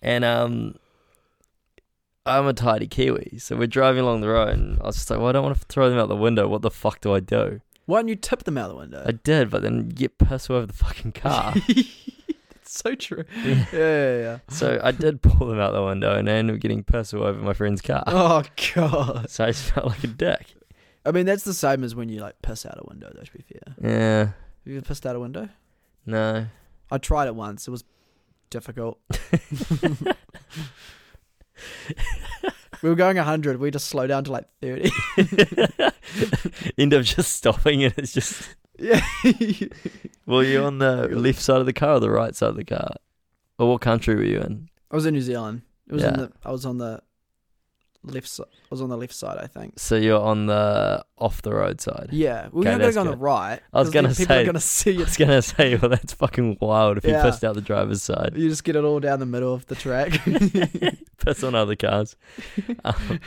[SPEAKER 2] and um. I'm a tidy Kiwi, so we're driving along the road, and I was just like, "Well, I don't want to throw them out the window. What the fuck do I do?"
[SPEAKER 1] Why don't you tip them out the window?
[SPEAKER 2] I did, but then you get pissed all over the fucking car.
[SPEAKER 1] That's so true. Yeah, yeah, yeah.
[SPEAKER 2] so I did pull them out the window, and I ended up getting pissed all over my friend's car.
[SPEAKER 1] Oh god.
[SPEAKER 2] So I just felt like a dick.
[SPEAKER 1] I mean, that's the same as when you like piss out a window. Though, to be fair, have
[SPEAKER 2] Yeah.
[SPEAKER 1] you ever pissed out a window?
[SPEAKER 2] No.
[SPEAKER 1] I tried it once. It was difficult. we were going 100. We just slowed down to like 30.
[SPEAKER 2] End up just stopping and it's just
[SPEAKER 1] yeah.
[SPEAKER 2] Were you on the left side of the car or the right side of the car? Or what country were you in?
[SPEAKER 1] I was in New Zealand. It was in
[SPEAKER 2] Yeah.
[SPEAKER 1] the, I was on the left side. I was on the left side, I think.
[SPEAKER 2] So you're on the off the road side.
[SPEAKER 1] Yeah, we we're
[SPEAKER 2] Okay,
[SPEAKER 1] not gonna
[SPEAKER 2] that's
[SPEAKER 1] go on the
[SPEAKER 2] good.
[SPEAKER 1] right.
[SPEAKER 2] I was
[SPEAKER 1] 'cause then
[SPEAKER 2] gonna
[SPEAKER 1] people are
[SPEAKER 2] say-
[SPEAKER 1] gonna see
[SPEAKER 2] I
[SPEAKER 1] it.
[SPEAKER 2] was gonna say, well that's fucking wild if you
[SPEAKER 1] Yeah.
[SPEAKER 2] pissed out the driver's side.
[SPEAKER 1] You just get it all down the middle of the track.
[SPEAKER 2] Piss on other cars. Um,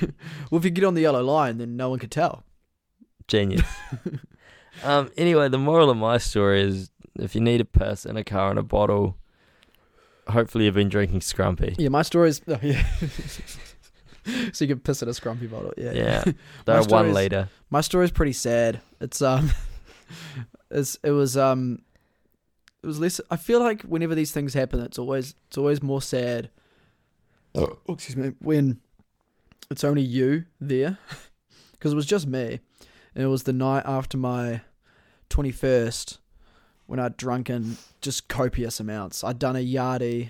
[SPEAKER 1] well, if you get on the yellow line, then no one could tell.
[SPEAKER 2] genius. Um anyway, the moral of my story is if you need a piss in a car and a bottle, hopefully you've been drinking scrumpy.
[SPEAKER 1] Yeah, my story's oh, yeah. so you can piss in a scrumpy bottle. Yeah.
[SPEAKER 2] Yeah. They're
[SPEAKER 1] story
[SPEAKER 2] one
[SPEAKER 1] is-
[SPEAKER 2] liter.
[SPEAKER 1] My story's pretty sad. It's um it's it was um it was less I feel like whenever these things happen it's always it's always more sad. Oh, excuse me. When it's only you there because it was just me. And it was the night after my 21st when I'd drunk in just copious amounts. I'd done a yardie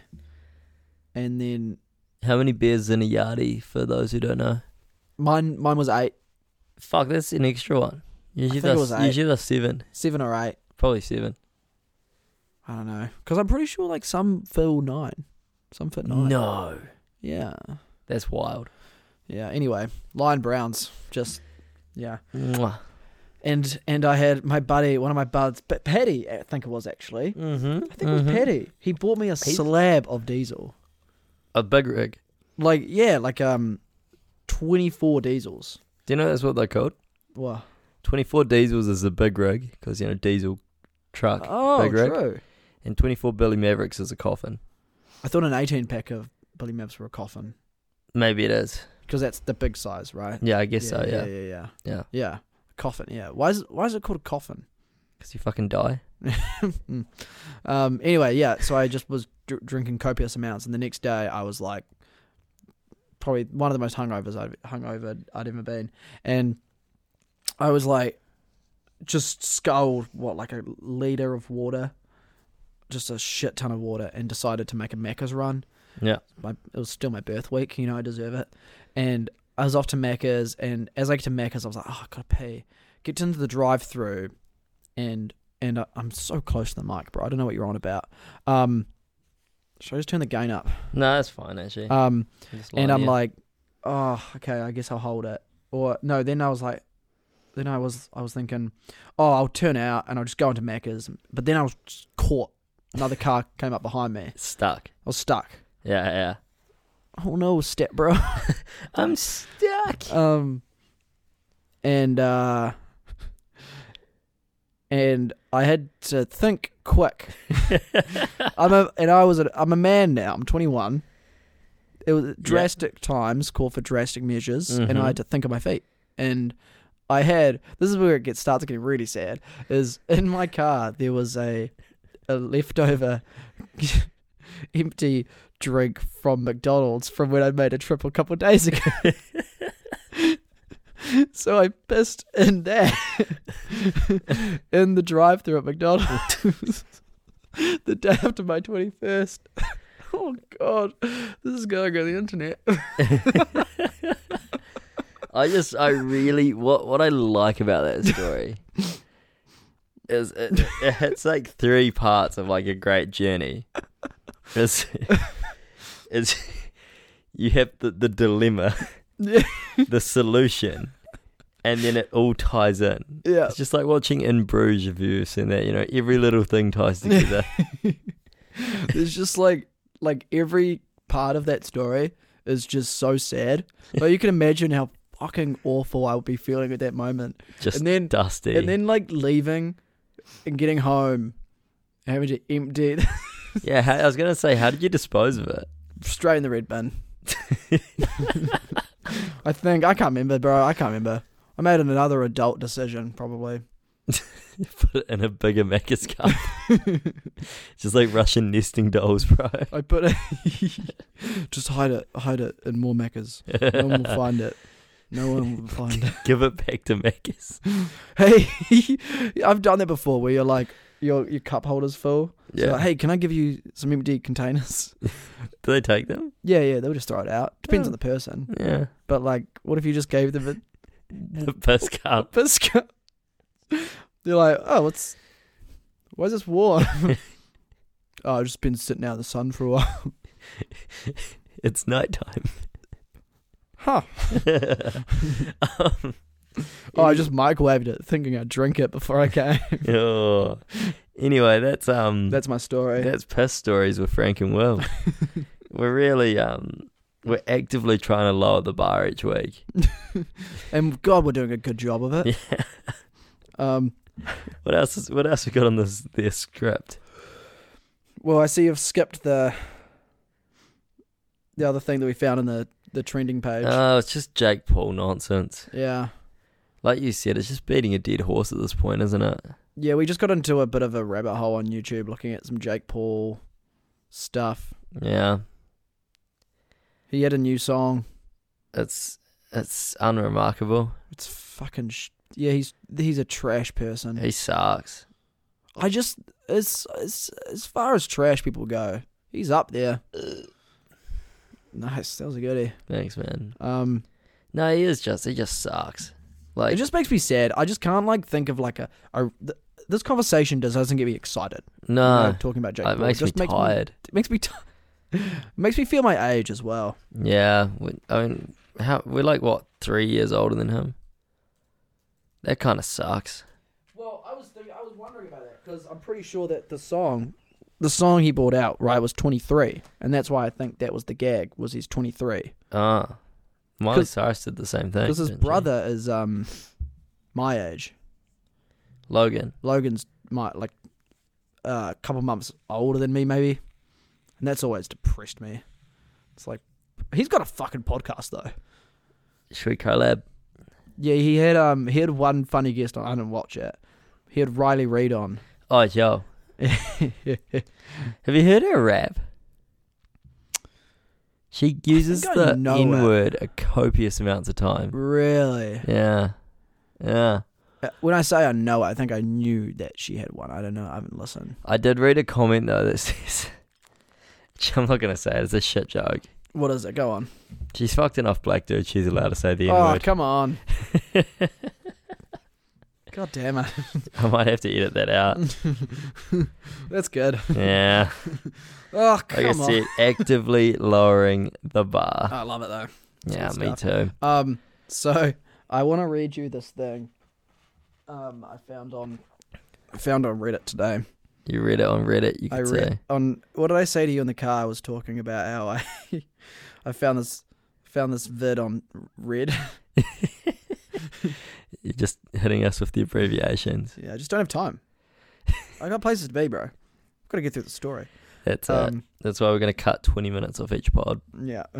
[SPEAKER 1] and then
[SPEAKER 2] How many beers in a yardie for those who don't know?
[SPEAKER 1] Mine, mine was eight,
[SPEAKER 2] Fuck, that's an extra one. Usually
[SPEAKER 1] I think it
[SPEAKER 2] that's
[SPEAKER 1] was eight.
[SPEAKER 2] usually that's seven.
[SPEAKER 1] seven or eight.
[SPEAKER 2] Probably seven.
[SPEAKER 1] I don't know, because I'm pretty sure like some fill nine, some fit nine.
[SPEAKER 2] No.
[SPEAKER 1] Yeah,
[SPEAKER 2] That's wild.
[SPEAKER 1] yeah. Anyway, Lion Browns, just yeah.
[SPEAKER 2] Mwah.
[SPEAKER 1] And and I had my buddy, one of my buds, but Petty, I think it was actually.
[SPEAKER 2] Mm-hmm.
[SPEAKER 1] I think it was Petty. He bought me a
[SPEAKER 2] He's-
[SPEAKER 1] slab of diesel.
[SPEAKER 2] A big rig.
[SPEAKER 1] Like yeah, like um, twenty four diesels.
[SPEAKER 2] Do you know that's what they're called?
[SPEAKER 1] Wow.
[SPEAKER 2] Twenty four diesels is a big rig because you know diesel truck.
[SPEAKER 1] Oh,
[SPEAKER 2] big rig.
[SPEAKER 1] true.
[SPEAKER 2] And twenty four Billy Mavericks is a coffin.
[SPEAKER 1] I thought an eighteen pack of Billy Maps were a coffin
[SPEAKER 2] Maybe it is.
[SPEAKER 1] because that's the big size, right?
[SPEAKER 2] Yeah, I guess so.
[SPEAKER 1] yeah,
[SPEAKER 2] Yeah.
[SPEAKER 1] yeah, yeah,
[SPEAKER 2] Yeah.
[SPEAKER 1] yeah. Coffin, yeah. Why is why is it called a coffin?
[SPEAKER 2] Because you fucking die.
[SPEAKER 1] Mm. um, anyway, yeah. So I just was dr- drinking copious amounts, and the next day I was like, probably one of the most hungovers I'd hungover I'd ever been, and I was like, just sculled what like a liter of water, just a shit ton of water, and decided to make a Macca's run.
[SPEAKER 2] Yeah.
[SPEAKER 1] My, it was still my birth week, you know, I deserve it, and I was off to Macca's, and as I get to Macca's, I was like, oh, I gotta pee. Get into the drive-through, and and I, I'm so close to the mic, bro. I don't know what you're on about. Um, should I just turn the gain up?
[SPEAKER 2] No, that's fine actually.
[SPEAKER 1] Um,
[SPEAKER 2] Just
[SPEAKER 1] and
[SPEAKER 2] lie
[SPEAKER 1] I'm
[SPEAKER 2] there.
[SPEAKER 1] like, oh, okay, I guess I'll hold it. Or no, then I was like, then I was I was thinking, oh, I'll turn out and I'll just go into Macca's. But then I was just caught. Another car came up behind me. I
[SPEAKER 2] stuck.
[SPEAKER 1] was stuck.
[SPEAKER 2] Yeah, yeah.
[SPEAKER 1] Oh no, step bro.
[SPEAKER 2] I'm stuck.
[SPEAKER 1] um, and uh, and I had to think quick. I'm a and I was a, I'm a man now. I'm 21, It was drastic times call for drastic measures, and
[SPEAKER 2] Mhm.
[SPEAKER 1] I had to think of my feet. And I had this is where it gets starts getting really sad. Is in my car there was a a leftover empty drink from McDonald's from when I made a trip a couple of days ago. so I pissed in there in the drive through at McDonald's the day after my 21st. Oh god, this is going on the internet.
[SPEAKER 2] I just, I really, what what I like about that story is it, it hits like three parts of like a great journey. It's, it's you have the, the dilemma,
[SPEAKER 1] yeah,
[SPEAKER 2] the solution, and then it all ties in.
[SPEAKER 1] yeah,
[SPEAKER 2] It's just like watching In Bruges, if you've seen that, you know, every little thing ties together.
[SPEAKER 1] it's just like like every part of that story is just so sad. But you can imagine how fucking awful I would be feeling at that moment.
[SPEAKER 2] Just
[SPEAKER 1] And then
[SPEAKER 2] dusty.
[SPEAKER 1] and then like leaving and getting home, having to empty it
[SPEAKER 2] yeah, how, I was going to say, how did you dispose of it?
[SPEAKER 1] straight in the red bin. I think I can't remember, bro. I can't remember. I made another adult decision, probably.
[SPEAKER 2] Put it in a bigger Macca's cup. just like Russian nesting dolls, bro.
[SPEAKER 1] I put it. just hide it, hide it in more meccas. No one will find it. No one will find it.
[SPEAKER 2] Give it back to Macca's.
[SPEAKER 1] Hey, I've done that before, where you're like your your cup holder's full. So like, hey, can I give you some empty containers?
[SPEAKER 2] Do they take them?
[SPEAKER 1] yeah, yeah, they'll just throw it out. Depends
[SPEAKER 2] Oh.
[SPEAKER 1] on the person.
[SPEAKER 2] Yeah.
[SPEAKER 1] But like, what if you just gave them
[SPEAKER 2] The piss cup.
[SPEAKER 1] a cup? They're like, oh, what's why is this warm? oh, I've just been sitting out in the sun for a while.
[SPEAKER 2] It's nighttime.
[SPEAKER 1] Huh.
[SPEAKER 2] um,
[SPEAKER 1] Oh, I just microwaved it, thinking I'd drink it before I came.
[SPEAKER 2] oh. Anyway, that's um
[SPEAKER 1] That's my story.
[SPEAKER 2] that's piss stories with Frank and Will. we're really um we're actively trying to lower the bar each week.
[SPEAKER 1] and God, we're doing a good job of it.
[SPEAKER 2] Yeah.
[SPEAKER 1] Um,
[SPEAKER 2] What else is, what else we got on this this script?
[SPEAKER 1] well, I see you've skipped the the other thing that we found in the the trending page.
[SPEAKER 2] Oh, it's just Jake Paul nonsense.
[SPEAKER 1] yeah,
[SPEAKER 2] Like you said, it's just beating a dead horse at this point, isn't it?
[SPEAKER 1] yeah, we just got into a bit of a rabbit hole on YouTube, looking at some Jake Paul stuff.
[SPEAKER 2] Yeah.
[SPEAKER 1] He had a new song.
[SPEAKER 2] It's it's unremarkable.
[SPEAKER 1] It's fucking sh- yeah. He's he's a trash person.
[SPEAKER 2] He sucks.
[SPEAKER 1] I just as as as far as trash people go, he's up there. Nice, that was a goodie.
[SPEAKER 2] Thanks, man.
[SPEAKER 1] Um,
[SPEAKER 2] No, he is just he just sucks.
[SPEAKER 1] it
[SPEAKER 2] Like
[SPEAKER 1] just makes me sad. I just can't like think of like a, a th- this conversation just doesn't get me excited. when
[SPEAKER 2] no,
[SPEAKER 1] I'm talking about Jake
[SPEAKER 2] Uh, it
[SPEAKER 1] Paul.
[SPEAKER 2] makes me
[SPEAKER 1] just makes
[SPEAKER 2] tired.
[SPEAKER 1] Me, it makes me t- it makes me feel my age as well.
[SPEAKER 2] Yeah, we, I mean, how we're like what three years older than him. That kind of sucks.
[SPEAKER 1] Well, I was thinking, I was wondering about that because I'm pretty sure that the song, the song he brought out right was 23, and that's why I think that was the gag was he's 23
[SPEAKER 2] Ah, Miley
[SPEAKER 1] 'Cause-
[SPEAKER 2] Cyrus did the same thing.
[SPEAKER 1] because his
[SPEAKER 2] didn't she?
[SPEAKER 1] brother is um my age.
[SPEAKER 2] Logan.
[SPEAKER 1] Logan's my like uh, a couple months older than me, maybe, and that's always depressed me. It's like he's got a fucking podcast though.
[SPEAKER 2] Should we collab?
[SPEAKER 1] Yeah, he had um he had one funny guest on. I didn't watch it. He had Riley Reid on.
[SPEAKER 2] Oh, yo, have you heard her rap? She uses
[SPEAKER 1] I
[SPEAKER 2] the
[SPEAKER 1] know it.
[SPEAKER 2] N word a copious amounts of time.
[SPEAKER 1] really?
[SPEAKER 2] Yeah, yeah.
[SPEAKER 1] Uh, When I say I know, I think I knew that she had one. I don't know. I haven't listened.
[SPEAKER 2] I did read a comment though that says, which I'm not gonna say it, it's a shit joke.
[SPEAKER 1] What is it? Go on.
[SPEAKER 2] She's fucked enough black dude. She's allowed to say the N
[SPEAKER 1] Oh,
[SPEAKER 2] word.
[SPEAKER 1] come on. God damn it.
[SPEAKER 2] I might have to edit that out.
[SPEAKER 1] That's good.
[SPEAKER 2] yeah,
[SPEAKER 1] Oh,
[SPEAKER 2] like I
[SPEAKER 1] come on.
[SPEAKER 2] said, actively lowering the bar.
[SPEAKER 1] I love it though. it's
[SPEAKER 2] yeah,
[SPEAKER 1] good
[SPEAKER 2] me
[SPEAKER 1] stuff.
[SPEAKER 2] too.
[SPEAKER 1] Um, so I want to read you this thing. Um, I found on I found on Reddit today.
[SPEAKER 2] You read it on Reddit. You
[SPEAKER 1] I
[SPEAKER 2] could
[SPEAKER 1] read
[SPEAKER 2] say
[SPEAKER 1] on what did I say to you in the car? I was talking about how I I found this found this vid on Red.
[SPEAKER 2] you're just hitting us with the abbreviations.
[SPEAKER 1] Yeah, I just don't have time. I got places to be, bro. I've got to get through the story.
[SPEAKER 2] That's it.
[SPEAKER 1] Um,
[SPEAKER 2] That's why we're gonna cut twenty minutes off each pod.
[SPEAKER 1] Yeah.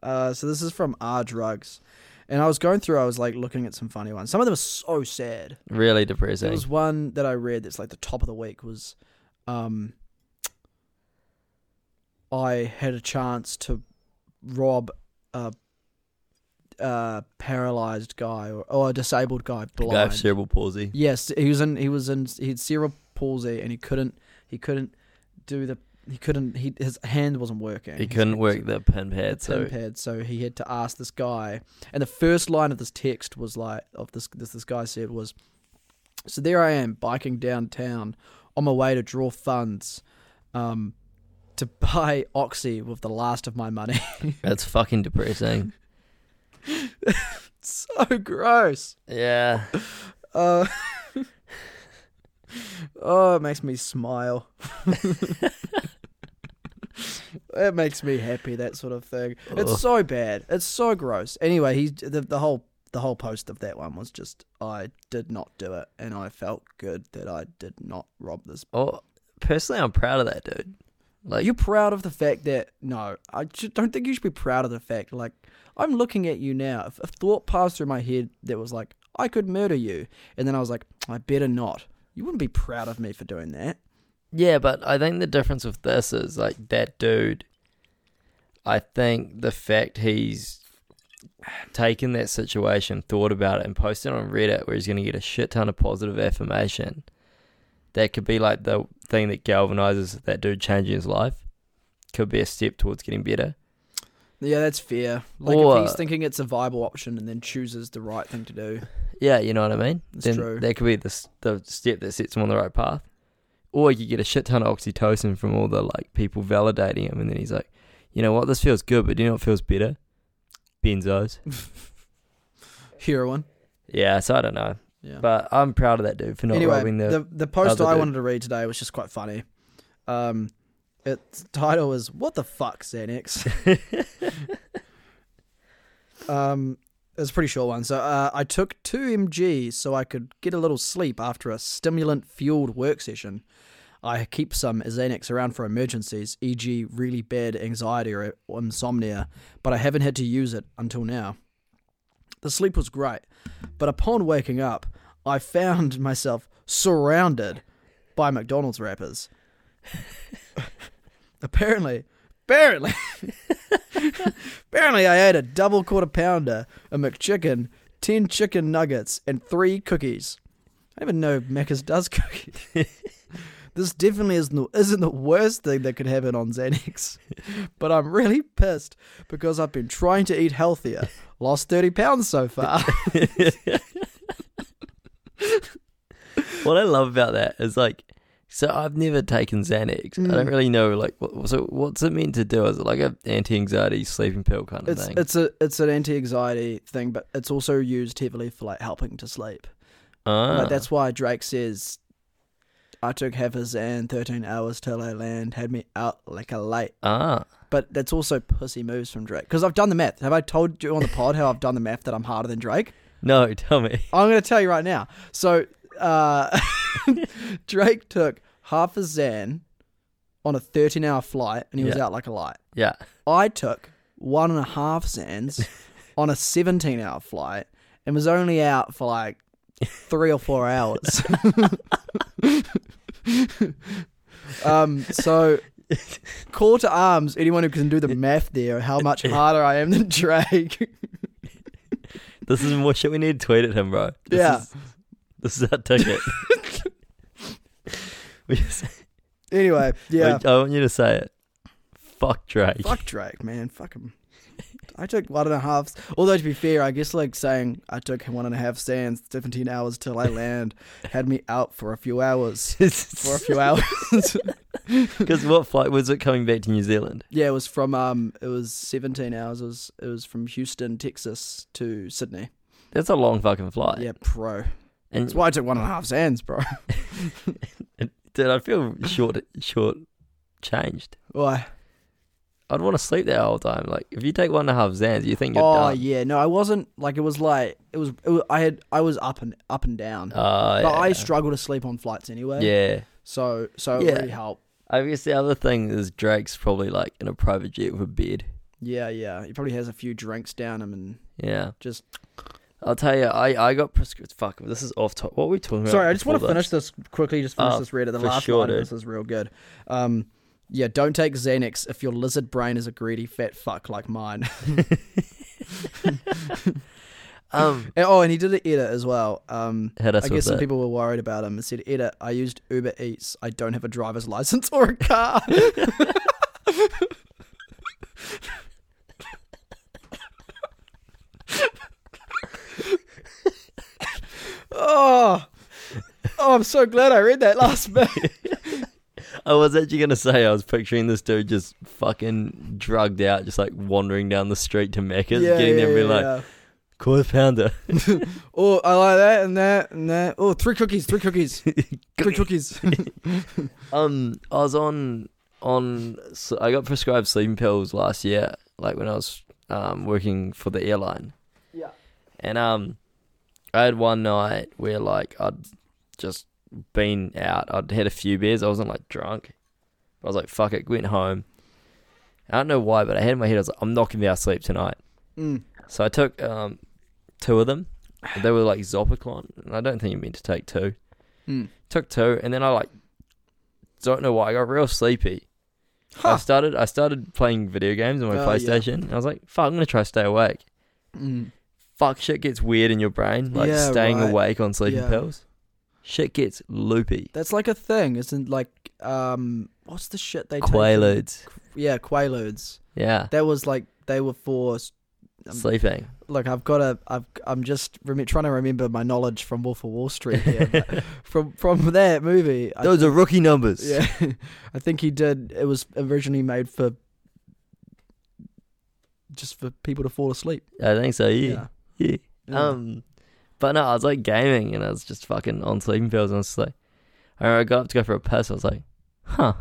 [SPEAKER 1] Uh, so this is from R Drugs. And I was going through, I was like looking at some funny ones. Some of them are so sad.
[SPEAKER 2] Really
[SPEAKER 1] There
[SPEAKER 2] depressing.
[SPEAKER 1] was one that I read that's like the top of the week was um, I had a chance to rob a, a paralyzed guy or, or a disabled guy
[SPEAKER 2] The
[SPEAKER 1] blind.
[SPEAKER 2] guy with cerebral palsy.
[SPEAKER 1] Yes, he was in. He was in. He had cerebral palsy, and he couldn't. He couldn't do the. He couldn't. He his hand wasn't working.
[SPEAKER 2] He
[SPEAKER 1] His
[SPEAKER 2] couldn't
[SPEAKER 1] hand
[SPEAKER 2] work the pin
[SPEAKER 1] the
[SPEAKER 2] pad, so
[SPEAKER 1] pin pad, so he had to ask this guy. And the first line of this text was like, of this this this guy said was, "So there I am biking downtown on my way to draw funds, um, to buy oxy with the last of my money."
[SPEAKER 2] that's fucking depressing.
[SPEAKER 1] so gross.
[SPEAKER 2] yeah.
[SPEAKER 1] Uh, oh, it makes me smile. it makes me happy. That sort of thing. It's so bad. It's so gross. Anyway, he the, the whole the whole post of that one was just I did not do it, and I felt good that I did not rob this.
[SPEAKER 2] Oh, personally, I'm proud of that dude.
[SPEAKER 1] Are
[SPEAKER 2] Like,
[SPEAKER 1] you proud of the fact that no? I just don't think you should be proud of the fact. Like I'm looking at you now. If a thought passed through my head that was like I could murder you, and then I was like I better not. You wouldn't be proud of me for doing that.
[SPEAKER 2] yeah, but I think the difference with this is like that dude. I think the fact he's taken that situation, thought about it, and posted on Reddit, where he's going to get a shit ton of positive affirmation. That could be like the thing that galvanizes that dude changing his life. Could be a step towards getting better.
[SPEAKER 1] Yeah, that's fair. Like
[SPEAKER 2] Or-
[SPEAKER 1] if he's thinking it's a viable option and then chooses the right thing to do.
[SPEAKER 2] Yeah, you know what I mean.
[SPEAKER 1] It's
[SPEAKER 2] then
[SPEAKER 1] true.
[SPEAKER 2] That could be the s- the step that sets him on the right path, or you get a shit ton of oxytocin from all the like people validating him, and then he's like, you know what, this feels good, but you know what feels better? Benzos.
[SPEAKER 1] Heroin.
[SPEAKER 2] Yeah, so I don't know,
[SPEAKER 1] Yeah.
[SPEAKER 2] but I'm proud of that dude for not
[SPEAKER 1] anyway,
[SPEAKER 2] robbing the.
[SPEAKER 1] the, the post
[SPEAKER 2] other
[SPEAKER 1] I
[SPEAKER 2] dude.
[SPEAKER 1] wanted to read today was just quite funny. Um, its title is "What the fuck, Xanax." um, it's a pretty short one. So uh, I took two mg so I could get a little sleep after a stimulant fueled work session. I keep some Xanax around for emergencies, e.g., really bad anxiety or or insomnia, but I haven't had to use it until now. The sleep was great, but upon waking up, I found myself surrounded by McDonald's wrappers. apparently, apparently, apparently, I ate a double quarter pounder, a McChicken, ten chicken nuggets, and three cookies. I don't even know Macca's does cookies. this definitely isn't the, isn't the worst thing that could happen on Xanax, but I'm really pissed because I've been trying to eat healthier, lost thirty pounds so far.
[SPEAKER 2] what I love about that is like, so I've never taken Xanax. I don't
[SPEAKER 1] Mm.
[SPEAKER 2] really know like, what, so what's it meant to do? Is it like a anti-anxiety sleeping pill kind of
[SPEAKER 1] It's
[SPEAKER 2] thing?
[SPEAKER 1] it's a it's an anti-anxiety thing, but it's also used heavily for like helping to sleep.
[SPEAKER 2] Ah.
[SPEAKER 1] Like that's why Drake says, "I took Hafizan thirteen hours till I land, had me out like a light."
[SPEAKER 2] ah.
[SPEAKER 1] But that's also pussy moves from Drake because I've done the math. Have I told you on the pod how I've done the math that I'm harder than Drake?
[SPEAKER 2] No, tell me.
[SPEAKER 1] I'm going to tell you right now. So uh, Drake took Hafizan on a thirteen-hour flight, and he was
[SPEAKER 2] Yeah.
[SPEAKER 1] out like a light.
[SPEAKER 2] Yeah.
[SPEAKER 1] I took one and a half Zans on a 17 hour flight and was only out for like three or four hours. um, so, call to arms, anyone who can do the math there, how much harder I am than Drake.
[SPEAKER 2] This is more shit we need to tweet at him, bro. This
[SPEAKER 1] Yeah.
[SPEAKER 2] Is, this is our ticket. We just-
[SPEAKER 1] anyway, yeah.
[SPEAKER 2] I, I want you to say it. Fuck Drake.
[SPEAKER 1] Fuck Drake, man. Fuck him. I took one and a half. Although to be fair, I guess like saying I took one and a half stands, seventeen hours till I land, had me out for a few hours. for a
[SPEAKER 2] Because
[SPEAKER 1] few hours.
[SPEAKER 2] what flight was it coming back to New Zealand?
[SPEAKER 1] yeah, it was from um, it was seventeen hours. It was it was from Houston, Texas to Sydney.
[SPEAKER 2] That's a long fucking flight.
[SPEAKER 1] Yeah, pro.
[SPEAKER 2] And
[SPEAKER 1] That's why I took one and a half sands, bro.
[SPEAKER 2] dude, I feel short, short, changed.
[SPEAKER 1] Why?
[SPEAKER 2] I'd want to sleep there all the time. Like if you take one and a half Zans, you think you're
[SPEAKER 1] oh
[SPEAKER 2] done.
[SPEAKER 1] yeah, no, I wasn't. Like it was like it was. It was I had I was up and up and down.
[SPEAKER 2] Oh,
[SPEAKER 1] but I
[SPEAKER 2] yeah.
[SPEAKER 1] struggle to sleep on flights anyway.
[SPEAKER 2] yeah.
[SPEAKER 1] So so it
[SPEAKER 2] Yeah.
[SPEAKER 1] really helped.
[SPEAKER 2] I guess the other thing is Drake's probably like in a private jet with a bed.
[SPEAKER 1] Yeah, yeah. He probably has a few drinks down him and
[SPEAKER 2] Yeah.
[SPEAKER 1] just.
[SPEAKER 2] I'll tell you, I, I got prescribed. Fuck, this is off top. What were we talking about?
[SPEAKER 1] Sorry, I just want to
[SPEAKER 2] before
[SPEAKER 1] finish this quickly. Just finish
[SPEAKER 2] Oh,
[SPEAKER 1] this reader. The
[SPEAKER 2] for
[SPEAKER 1] last
[SPEAKER 2] sure,
[SPEAKER 1] line of
[SPEAKER 2] dude.
[SPEAKER 1] this is real good. Um, yeah, don't take Xanax if your lizard brain is a greedy fat fuck like mine.
[SPEAKER 2] Um,
[SPEAKER 1] And- oh, and he did an edit as well. Um,
[SPEAKER 2] hit us
[SPEAKER 1] I
[SPEAKER 2] with
[SPEAKER 1] guess some
[SPEAKER 2] that.
[SPEAKER 1] people were worried about him and said, "Edit, I used Uber Eats. I don't have a driver's license or a car." oh, oh, I'm so glad I read that last bit.
[SPEAKER 2] I was actually gonna say I was picturing this dude just fucking drugged out, just like wandering down the street to Mecca's, getting there and being like,
[SPEAKER 1] yeah.
[SPEAKER 2] quarter pounder.
[SPEAKER 1] Oh, I like that and that and that. Oh, three cookies, three cookies, three cookies.
[SPEAKER 2] Um, I was on on. So I got prescribed sleeping pills last year, like when I was um working for the airline.
[SPEAKER 1] Yeah.
[SPEAKER 2] And um, I had one night where like I'd just been out. I'd had a few beers. I wasn't like drunk. I was like, fuck it. Went home. I don't know why, but I had in my head. I was like, I'm not gonna be able to sleep tonight.
[SPEAKER 1] Mm.
[SPEAKER 2] So I took um two of them. They were like Zopiclon, and I don't think you're meant to take two
[SPEAKER 1] Mm.
[SPEAKER 2] took two, and then I like don't know why I got real sleepy. I
[SPEAKER 1] Huh.
[SPEAKER 2] started I started playing video games on my
[SPEAKER 1] Oh, yeah.
[SPEAKER 2] PlayStation. and I was like, fuck, I'm gonna try to stay awake.
[SPEAKER 1] Mm.
[SPEAKER 2] Fuck, shit gets weird in your brain, like
[SPEAKER 1] Yeah,
[SPEAKER 2] staying
[SPEAKER 1] right.
[SPEAKER 2] awake on sleeping
[SPEAKER 1] Yeah.
[SPEAKER 2] pills. Shit gets loopy.
[SPEAKER 1] That's like a thing, isn't like um, what's the shit they take?
[SPEAKER 2] Quaaludes,
[SPEAKER 1] Yeah, Quaaludes.
[SPEAKER 2] yeah,
[SPEAKER 1] That was like they were for. s- Um,
[SPEAKER 2] sleeping.
[SPEAKER 1] Look, I've got a. I've, I'm just rem- trying to remember my knowledge from Wolf of Wall Street here. but from from that movie. I
[SPEAKER 2] Those are rookie numbers.
[SPEAKER 1] yeah, I think he did. It was originally made for just for people to fall asleep.
[SPEAKER 2] I think so. Yeah. yeah.
[SPEAKER 1] Yeah.
[SPEAKER 2] E. Um, but no, I was like gaming and I was just fucking on sleeping pills. And I was just like, I remember I got up to go for a piss. I was like, huh,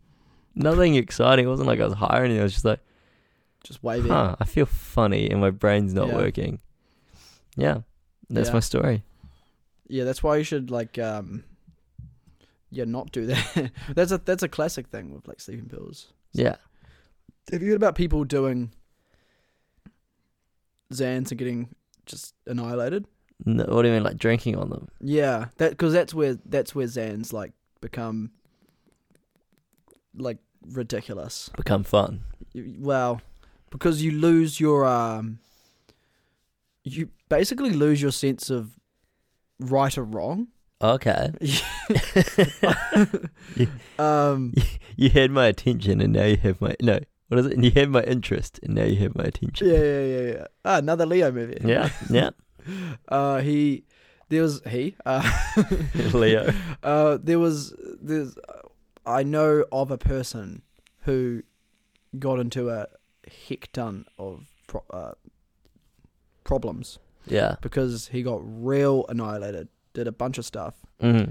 [SPEAKER 2] nothing exciting. It wasn't like I was high or anything. I was just like,
[SPEAKER 1] just waving.
[SPEAKER 2] huh, I feel funny and my brain's not
[SPEAKER 1] Yeah.
[SPEAKER 2] working. Yeah, that's
[SPEAKER 1] Yeah.
[SPEAKER 2] my story.
[SPEAKER 1] Yeah, that's why you should like. um Yeah, not do that. that's a that's a classic thing with like sleeping pills.
[SPEAKER 2] Yeah,
[SPEAKER 1] Have you heard about people doing Xans and getting just annihilated?
[SPEAKER 2] no, what do you mean, like drinking on them?
[SPEAKER 1] Yeah, that because that's where that's where Xans like become like ridiculous.
[SPEAKER 2] Become fun.
[SPEAKER 1] You- Well, because you lose your um, you basically lose your sense of right or wrong.
[SPEAKER 2] Okay,
[SPEAKER 1] Um,
[SPEAKER 2] you had my attention and now you have my no. What is it? You had my interest and now you have my attention.
[SPEAKER 1] yeah, yeah, yeah, yeah. Ah, another Leo movie.
[SPEAKER 2] yeah, yeah.
[SPEAKER 1] Uh, he there was he. Uh,
[SPEAKER 2] Leo.
[SPEAKER 1] Uh, there was there's I know of a person who got into a heck ton of pro- uh, problems
[SPEAKER 2] Yeah.
[SPEAKER 1] because he got real annihilated, did a bunch of stuff.
[SPEAKER 2] hmm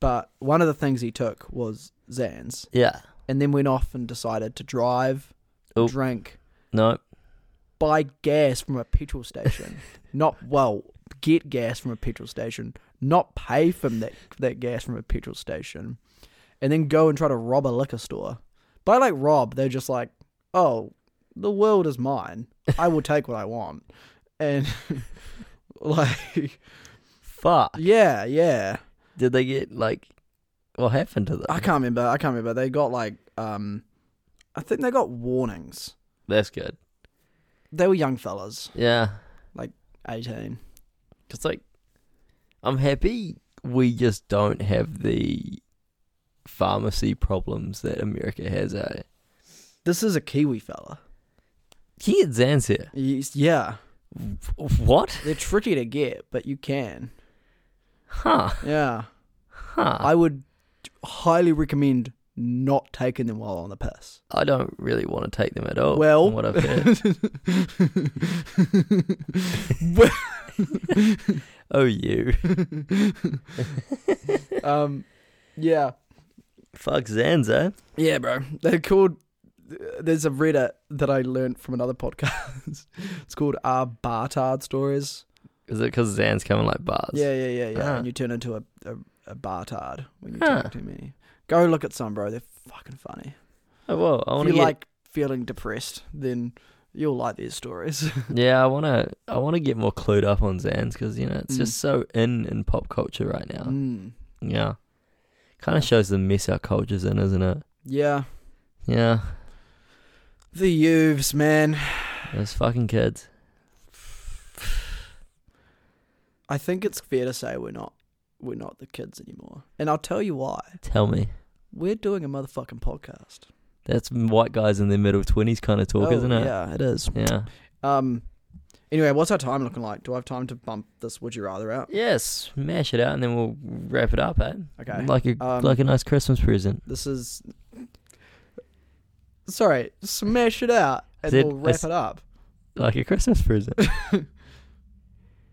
[SPEAKER 1] But one of the things he took was Zans,
[SPEAKER 2] Yeah.
[SPEAKER 1] and then went off and decided to drive,
[SPEAKER 2] Oh.
[SPEAKER 1] drink,
[SPEAKER 2] No.
[SPEAKER 1] buy gas from a petrol station. not well, get gas from a petrol station, not pay from that that gas from a petrol station, and then go and try to rob a liquor store. By like rob, they're just like, oh, the world is mine. I will take what I want, and like,
[SPEAKER 2] Fuck.
[SPEAKER 1] yeah, yeah.
[SPEAKER 2] Did they get like what happened to them?
[SPEAKER 1] I can't remember. I can't remember. They got like, um, I think they got warnings.
[SPEAKER 2] That's good.
[SPEAKER 1] They were young fellas,
[SPEAKER 2] Yeah.
[SPEAKER 1] eighteen.
[SPEAKER 2] Cause like, I'm happy we just don't have the pharmacy problems that America has. Eh?
[SPEAKER 1] This is a Kiwi fella.
[SPEAKER 2] He had Zans here.
[SPEAKER 1] He's, yeah.
[SPEAKER 2] What?
[SPEAKER 1] They're tricky to get, but you can.
[SPEAKER 2] Huh?
[SPEAKER 1] Yeah.
[SPEAKER 2] Huh? I,
[SPEAKER 1] I would highly recommend not taking them while on the piss.
[SPEAKER 2] I don't really want to take them at all.
[SPEAKER 1] Well-
[SPEAKER 2] from Oh, what I've heard. oh, you
[SPEAKER 1] um, yeah.
[SPEAKER 2] fuck Zans, eh?
[SPEAKER 1] Yeah, bro. They're called. There's a Reddit that I learnt from another podcast. it's called Our Bartard Stories.
[SPEAKER 2] Is it because Zans come in like bars?
[SPEAKER 1] Yeah, yeah, yeah, yeah.
[SPEAKER 2] Ah.
[SPEAKER 1] And you turn into a, a, a bartard when you
[SPEAKER 2] Huh.
[SPEAKER 1] take too many. Go look at some, bro. They're fucking funny.
[SPEAKER 2] Oh, well,
[SPEAKER 1] If
[SPEAKER 2] I want
[SPEAKER 1] you
[SPEAKER 2] to get.
[SPEAKER 1] like feeling depressed, then you'll like these stories.
[SPEAKER 2] yeah, I want to. I want to get more clued up on Zans because you know it's
[SPEAKER 1] Mm.
[SPEAKER 2] just so in in pop culture right now.
[SPEAKER 1] Mm.
[SPEAKER 2] Yeah, kind of shows the mess our culture's in, isn't it?
[SPEAKER 1] Yeah.
[SPEAKER 2] Yeah,
[SPEAKER 1] The youths, man.
[SPEAKER 2] those fucking kids.
[SPEAKER 1] I think it's fair to say we're not we're not the kids anymore. And I'll tell you why.
[SPEAKER 2] Tell me,
[SPEAKER 1] We're doing a motherfucking podcast.
[SPEAKER 2] that's white guys in their middle twenties kind of talk,
[SPEAKER 1] Oh,
[SPEAKER 2] isn't it?
[SPEAKER 1] Yeah, it is.
[SPEAKER 2] Yeah.
[SPEAKER 1] Um anyway, what's our time looking like? Do I have time to bump this would you rather out?
[SPEAKER 2] Yes, mash it out and then we'll wrap it up, eh?
[SPEAKER 1] Okay.
[SPEAKER 2] Like a
[SPEAKER 1] Um,
[SPEAKER 2] like a nice Christmas present.
[SPEAKER 1] This is Sorry, smash it out and
[SPEAKER 2] Is it-
[SPEAKER 1] we'll wrap
[SPEAKER 2] is-
[SPEAKER 1] it up.
[SPEAKER 2] Like a Christmas present.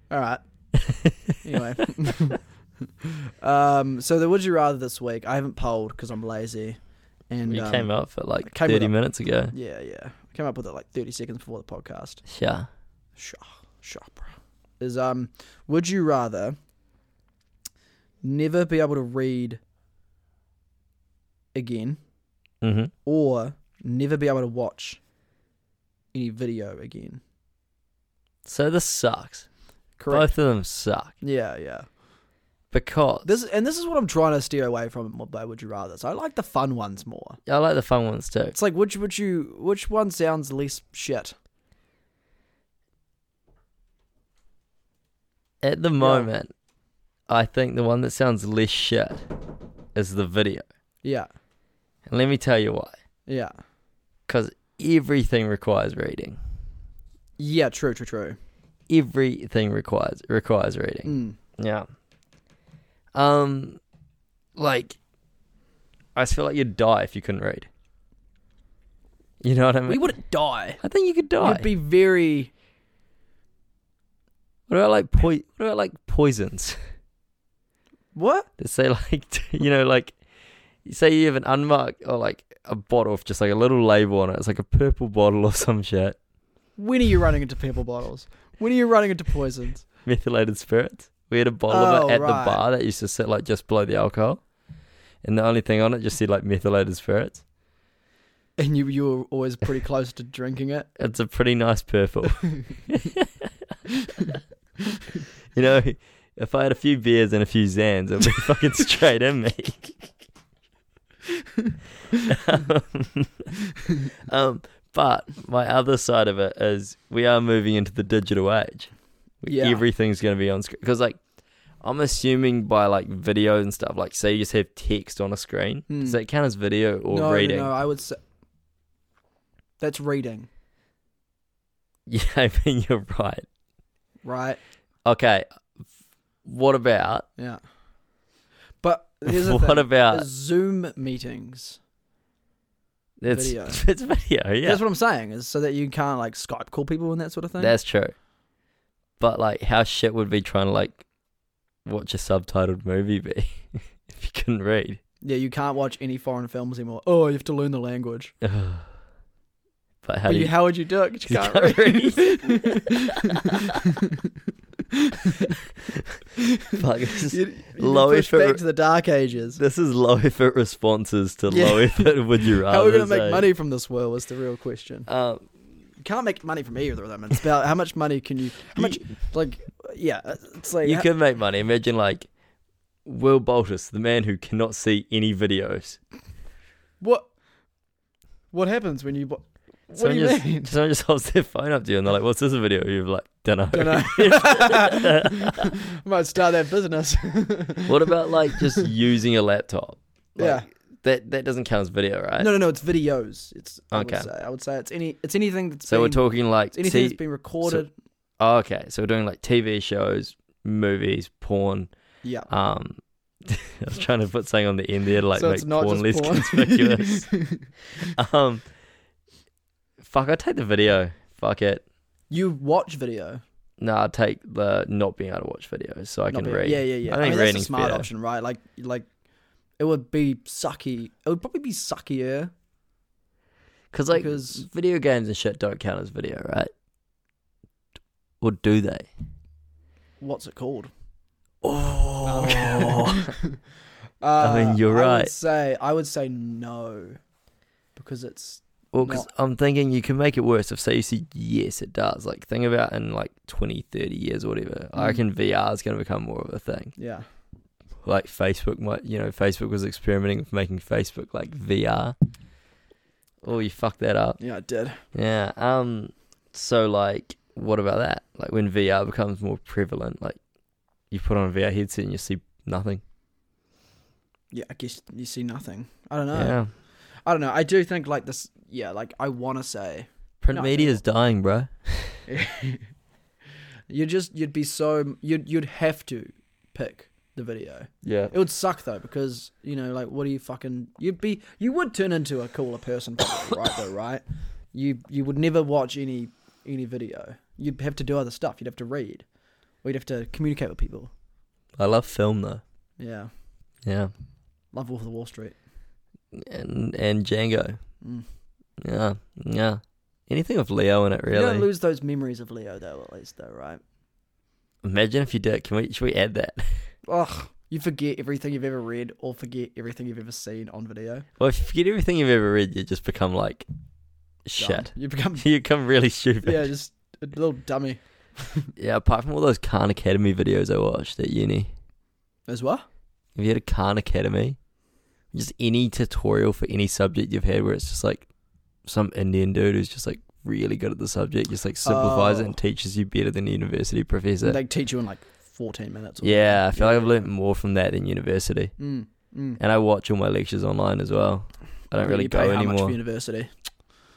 [SPEAKER 1] All right. anyway. um, so the would you rather this week? I haven't polled because I'm lazy, and
[SPEAKER 2] you
[SPEAKER 1] um,
[SPEAKER 2] came up for like
[SPEAKER 1] came with
[SPEAKER 2] thirty
[SPEAKER 1] a-
[SPEAKER 2] minutes ago.
[SPEAKER 1] Yeah, yeah. I came up with it like 30 seconds before the podcast.
[SPEAKER 2] Yeah.
[SPEAKER 1] Shopra is um. Would you rather never be able to read again,
[SPEAKER 2] Mm-hmm.
[SPEAKER 1] or never be able to watch any video again?
[SPEAKER 2] So this sucks.
[SPEAKER 1] Correct.
[SPEAKER 2] Both of them suck.
[SPEAKER 1] Yeah, yeah.
[SPEAKER 2] Because
[SPEAKER 1] This and this is what I'm trying to steer away from. By would you rather? So I like the fun ones more.
[SPEAKER 2] I like the fun ones too.
[SPEAKER 1] It's like which would you which one sounds less shit?
[SPEAKER 2] At the moment, I think the one that sounds less shit is the video.
[SPEAKER 1] Yeah.
[SPEAKER 2] And let me tell you why.
[SPEAKER 1] Yeah.
[SPEAKER 2] Because everything requires reading.
[SPEAKER 1] Yeah, true, true, true.
[SPEAKER 2] Everything requires requires reading.
[SPEAKER 1] Mm.
[SPEAKER 2] Yeah. Um, like, I just feel like you'd die if you couldn't read. You know what I mean?
[SPEAKER 1] We wouldn't die.
[SPEAKER 2] I think you could die.
[SPEAKER 1] You'd be very
[SPEAKER 2] what about like po- What about like poisons?
[SPEAKER 1] what?
[SPEAKER 2] They say like, you know, like, you say you have an unmarked or like a bottle with just like a little label on it. It's like a purple bottle or some shit.
[SPEAKER 1] When are you running into purple bottles? When are you running into poisons?
[SPEAKER 2] Methylated spirits. We had a bottle of
[SPEAKER 1] Oh,
[SPEAKER 2] it at
[SPEAKER 1] right.
[SPEAKER 2] the bar that used to sit like just below the alcohol, and the only thing on it just said like methylated spirits.
[SPEAKER 1] And you you were always pretty close to drinking it.
[SPEAKER 2] It's a pretty nice purple. You know, if I had a few beers and a few Zans, it'd be fucking straight in me. um, um, but my other side of it is we are moving into the digital age.
[SPEAKER 1] Yeah.
[SPEAKER 2] Everything's going to be on screen. Because, like, I'm assuming by, like, video and stuff, like, say you just have text on a screen.
[SPEAKER 1] Hmm.
[SPEAKER 2] Does that count as video or
[SPEAKER 1] no,
[SPEAKER 2] reading?
[SPEAKER 1] no, I would say that's reading,
[SPEAKER 2] Yeah, I mean, you're right.
[SPEAKER 1] right?
[SPEAKER 2] Okay. What about.
[SPEAKER 1] Yeah. But here's the
[SPEAKER 2] what
[SPEAKER 1] thing.
[SPEAKER 2] about.
[SPEAKER 1] Zoom meetings.
[SPEAKER 2] It's
[SPEAKER 1] video?
[SPEAKER 2] it's video, yeah.
[SPEAKER 1] That's what I'm saying, is so that you can't like Skype call people and that sort of thing.
[SPEAKER 2] That's true. But like, how shit would be trying to like watch a subtitled movie be if you couldn't read?
[SPEAKER 1] yeah, you can't watch any foreign films anymore. Oh, you have to learn the language.
[SPEAKER 2] but how
[SPEAKER 1] But
[SPEAKER 2] do
[SPEAKER 1] you,
[SPEAKER 2] you?
[SPEAKER 1] how would you do it? 'Cause You
[SPEAKER 2] You
[SPEAKER 1] can't,
[SPEAKER 2] can't
[SPEAKER 1] read.
[SPEAKER 2] Fuck, this is
[SPEAKER 1] You- you can
[SPEAKER 2] low
[SPEAKER 1] push
[SPEAKER 2] effort-
[SPEAKER 1] back to the dark ages.
[SPEAKER 2] this is low effort responses to
[SPEAKER 1] Yeah.
[SPEAKER 2] low effort. Would you rather?
[SPEAKER 1] How are we going to make
[SPEAKER 2] say.
[SPEAKER 1] money from this world is the real question.
[SPEAKER 2] Um,
[SPEAKER 1] Uh, You can't make money from either of them. It's about how much money can you, how much, like, yeah, it's like,
[SPEAKER 2] you
[SPEAKER 1] ha-
[SPEAKER 2] could make money. Imagine like Will Boltis, the man who cannot see any videos.
[SPEAKER 1] what, what happens when you, what, what do you
[SPEAKER 2] just,
[SPEAKER 1] mean?
[SPEAKER 2] Someone just holds their phone up to you and they're like, "What's this video?" You're like, "Dunno."
[SPEAKER 1] Dunno. I might start that business.
[SPEAKER 2] what about like just using a laptop? Like,
[SPEAKER 1] yeah.
[SPEAKER 2] That that doesn't count as video, right?
[SPEAKER 1] No, no, no. It's videos. It's I
[SPEAKER 2] Okay.
[SPEAKER 1] Would say. I would say it's any. It's anything that's.
[SPEAKER 2] So we're
[SPEAKER 1] been-
[SPEAKER 2] talking like
[SPEAKER 1] It's anything
[SPEAKER 2] t-
[SPEAKER 1] that's been recorded.
[SPEAKER 2] oh, okay, so we're doing like TV shows, movies, porn.
[SPEAKER 1] yeah.
[SPEAKER 2] Um, I was trying to put something on the end there to like
[SPEAKER 1] so
[SPEAKER 2] make
[SPEAKER 1] it's not
[SPEAKER 2] porn less
[SPEAKER 1] just porn.
[SPEAKER 2] conspicuous. um, fuck, I would take the video. Fuck it.
[SPEAKER 1] you watch video.
[SPEAKER 2] No, I would take the not being able to watch videos so I
[SPEAKER 1] not
[SPEAKER 2] can
[SPEAKER 1] be-
[SPEAKER 2] read.
[SPEAKER 1] Yeah, yeah, yeah.
[SPEAKER 2] I
[SPEAKER 1] I,
[SPEAKER 2] think
[SPEAKER 1] mean, that's a
[SPEAKER 2] reading's
[SPEAKER 1] smart
[SPEAKER 2] better.
[SPEAKER 1] option, right? Like, like it would be sucky. It would probably be suckier.
[SPEAKER 2] Cause like
[SPEAKER 1] because-
[SPEAKER 2] video games and shit don't count as video, right? Or do they?
[SPEAKER 1] What's it called?
[SPEAKER 2] Oh,
[SPEAKER 1] Uh,
[SPEAKER 2] mean, you're
[SPEAKER 1] Would
[SPEAKER 2] right.
[SPEAKER 1] say I would say no, because it's
[SPEAKER 2] Well, because
[SPEAKER 1] Not-
[SPEAKER 2] I'm thinking you can make it worse if, say, you see, yes, it does. Like, think about in like 20, 30 years or whatever. I
[SPEAKER 1] Mm.
[SPEAKER 2] reckon VR is going to become more of a thing.
[SPEAKER 1] yeah,
[SPEAKER 2] Like, Facebook might, you know, Facebook was experimenting with making Facebook like VR. Oh, you fucked that up.
[SPEAKER 1] yeah, it did.
[SPEAKER 2] Yeah. Um. So, like, what about that? Like, when VR becomes more prevalent, like, you put on a VR headset and you see nothing.
[SPEAKER 1] Yeah, I guess you see nothing. I don't know.
[SPEAKER 2] Yeah.
[SPEAKER 1] I don't know. I do think like this. Yeah, like I want to say
[SPEAKER 2] Print
[SPEAKER 1] No, I
[SPEAKER 2] media
[SPEAKER 1] feel-
[SPEAKER 2] is dying, bro.
[SPEAKER 1] you just you'd be so you'd you'd have to pick the video.
[SPEAKER 2] Yeah.
[SPEAKER 1] It would suck though because you know like what do you fucking you'd be you would turn into a cooler person probably, right though right you you would never watch any any video you'd have to do other stuff you'd have to read or you'd have to communicate with people
[SPEAKER 2] I love film though.
[SPEAKER 1] yeah
[SPEAKER 2] Yeah.
[SPEAKER 1] love Wolf of the Wall Street
[SPEAKER 2] And and Django.
[SPEAKER 1] mm.
[SPEAKER 2] Yeah, yeah. Anything with Leo in it,
[SPEAKER 1] you
[SPEAKER 2] really.
[SPEAKER 1] don't lose those memories of Leo though at least though right
[SPEAKER 2] Imagine if you did. Can we? Should we add that?
[SPEAKER 1] ugh you forget everything you've ever read or forget everything you've ever seen on video
[SPEAKER 2] Well, if you forget everything you've ever read, you just become like
[SPEAKER 1] Dumb.
[SPEAKER 2] shit.
[SPEAKER 1] you become
[SPEAKER 2] You become really stupid.
[SPEAKER 1] yeah
[SPEAKER 2] Yeah.
[SPEAKER 1] just a little dummy
[SPEAKER 2] Apart from all those Khan Academy videos I watched at uni,
[SPEAKER 1] as well
[SPEAKER 2] have you had a Khan Academy? Just any tutorial for any subject you've had, where it's just like some Indian dude who's just like really good at the subject, just like simplifies it
[SPEAKER 1] Oh.
[SPEAKER 2] and teaches you better than a university professor.
[SPEAKER 1] they teach you in like 14 minutes or
[SPEAKER 2] yeah, I
[SPEAKER 1] something.
[SPEAKER 2] feel like I've learnt more from that than university.
[SPEAKER 1] Mm, mm.
[SPEAKER 2] and I watch all my lectures online as well. I don't
[SPEAKER 1] Yeah,
[SPEAKER 2] really
[SPEAKER 1] you
[SPEAKER 2] go
[SPEAKER 1] pay How much for
[SPEAKER 2] anymore.
[SPEAKER 1] university?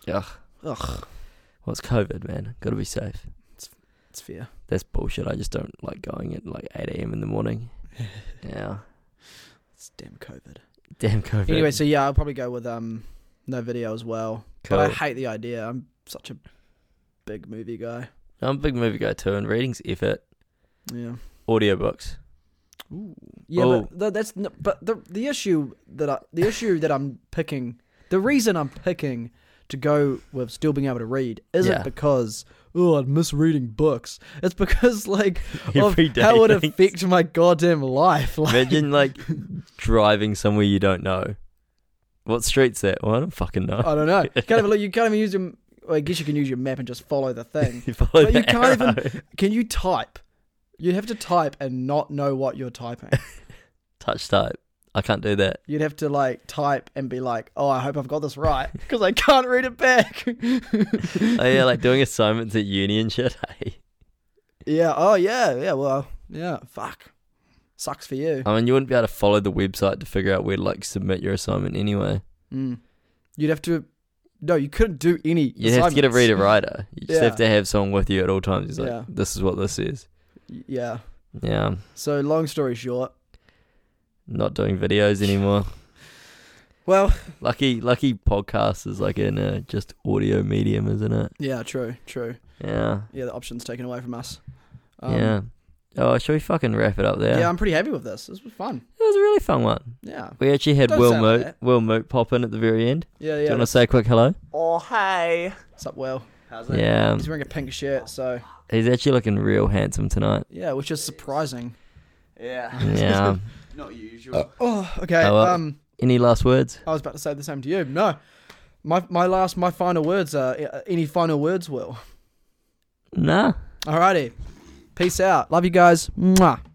[SPEAKER 2] Ugh.
[SPEAKER 1] Ugh,
[SPEAKER 2] Well, it's COVID, man. Got to be safe.
[SPEAKER 1] it's fair.
[SPEAKER 2] That's bullshit. I just don't like going at like 8 a.m. in the morning. Yeah.
[SPEAKER 1] It's damn COVID.
[SPEAKER 2] Damn COVID.
[SPEAKER 1] Anyway, so yeah, I'll probably go with um no video as well.
[SPEAKER 2] cool.
[SPEAKER 1] But I hate the idea. I'm such a big movie guy.
[SPEAKER 2] I'm a big movie guy too, and reading's effort.
[SPEAKER 1] Yeah.
[SPEAKER 2] Audiobooks.
[SPEAKER 1] Ooh. Yeah,
[SPEAKER 2] Oh.
[SPEAKER 1] but th- that's n- but the the issue that I, the issue that I'm picking the reason I'm picking to go with still being able to read isn't
[SPEAKER 2] Yeah.
[SPEAKER 1] because oh I'd miss reading books. It's because like of
[SPEAKER 2] Every day.
[SPEAKER 1] how it
[SPEAKER 2] things.
[SPEAKER 1] affects my goddamn life. Like,
[SPEAKER 2] Imagine like driving somewhere you don't know. What street's that? Well, I don't fucking know.
[SPEAKER 1] I don't know. You can't even look. You can't even use your. Well, I guess you can use your map and just follow the thing.
[SPEAKER 2] you follow
[SPEAKER 1] But
[SPEAKER 2] the
[SPEAKER 1] you can't even-
[SPEAKER 2] arrow.
[SPEAKER 1] Can you type? You have to type and not know what you're typing.
[SPEAKER 2] touch type. I can't do that.
[SPEAKER 1] You'd have to like type and be like, "Oh, I hope I've got this right," because I can't read it back.
[SPEAKER 2] Oh yeah, like doing assignments at uni and shit. eh? Hey.
[SPEAKER 1] yeah. Oh yeah. Yeah. Well. Yeah. Fuck. Sucks for you.
[SPEAKER 2] I mean, you wouldn't be able to follow the website to figure out where to like submit your assignment anyway.
[SPEAKER 1] Mm. You'd have to. No, you couldn't do any.
[SPEAKER 2] You'd have to get a
[SPEAKER 1] assignments.
[SPEAKER 2] reader writer. You just have
[SPEAKER 1] Yeah.
[SPEAKER 2] to have someone with you at all times. He's like,
[SPEAKER 1] Yeah.
[SPEAKER 2] this is what this is.
[SPEAKER 1] Yeah.
[SPEAKER 2] Yeah,
[SPEAKER 1] So long story short.
[SPEAKER 2] not doing videos anymore.
[SPEAKER 1] Well.
[SPEAKER 2] lucky, lucky podcast is like in a just audio medium, isn't it?
[SPEAKER 1] Yeah. True. True.
[SPEAKER 2] Yeah,
[SPEAKER 1] Yeah. The options taken away from us. Um,
[SPEAKER 2] yeah. Oh, shall we fucking wrap it up there?
[SPEAKER 1] Yeah. I'm pretty happy with this. This was fun.
[SPEAKER 2] It was a really fun one.
[SPEAKER 1] Yeah.
[SPEAKER 2] We actually had
[SPEAKER 1] Don't
[SPEAKER 2] Will
[SPEAKER 1] sound like
[SPEAKER 2] Moot,
[SPEAKER 1] that.
[SPEAKER 2] Will Moot pop in at the very end.
[SPEAKER 1] Yeah,
[SPEAKER 2] Do you
[SPEAKER 1] yeah.
[SPEAKER 2] want to say a quick hello?
[SPEAKER 3] Oh, hey.
[SPEAKER 1] What's up, Will?
[SPEAKER 3] How's
[SPEAKER 2] Yeah,
[SPEAKER 1] He's wearing a pink shirt, so
[SPEAKER 2] he's actually looking real handsome tonight.
[SPEAKER 1] yeah, which is surprising.
[SPEAKER 3] Yeah.
[SPEAKER 2] Yeah.
[SPEAKER 3] Not usual.
[SPEAKER 1] Oh, okay.
[SPEAKER 2] Oh, well.
[SPEAKER 1] Um,
[SPEAKER 2] Any last words?
[SPEAKER 1] I was about to say the same to you. No, my my last, my final words are uh, any final words, Will.
[SPEAKER 2] Nah.
[SPEAKER 1] Alrighty, peace out. Love you guys. Mwah.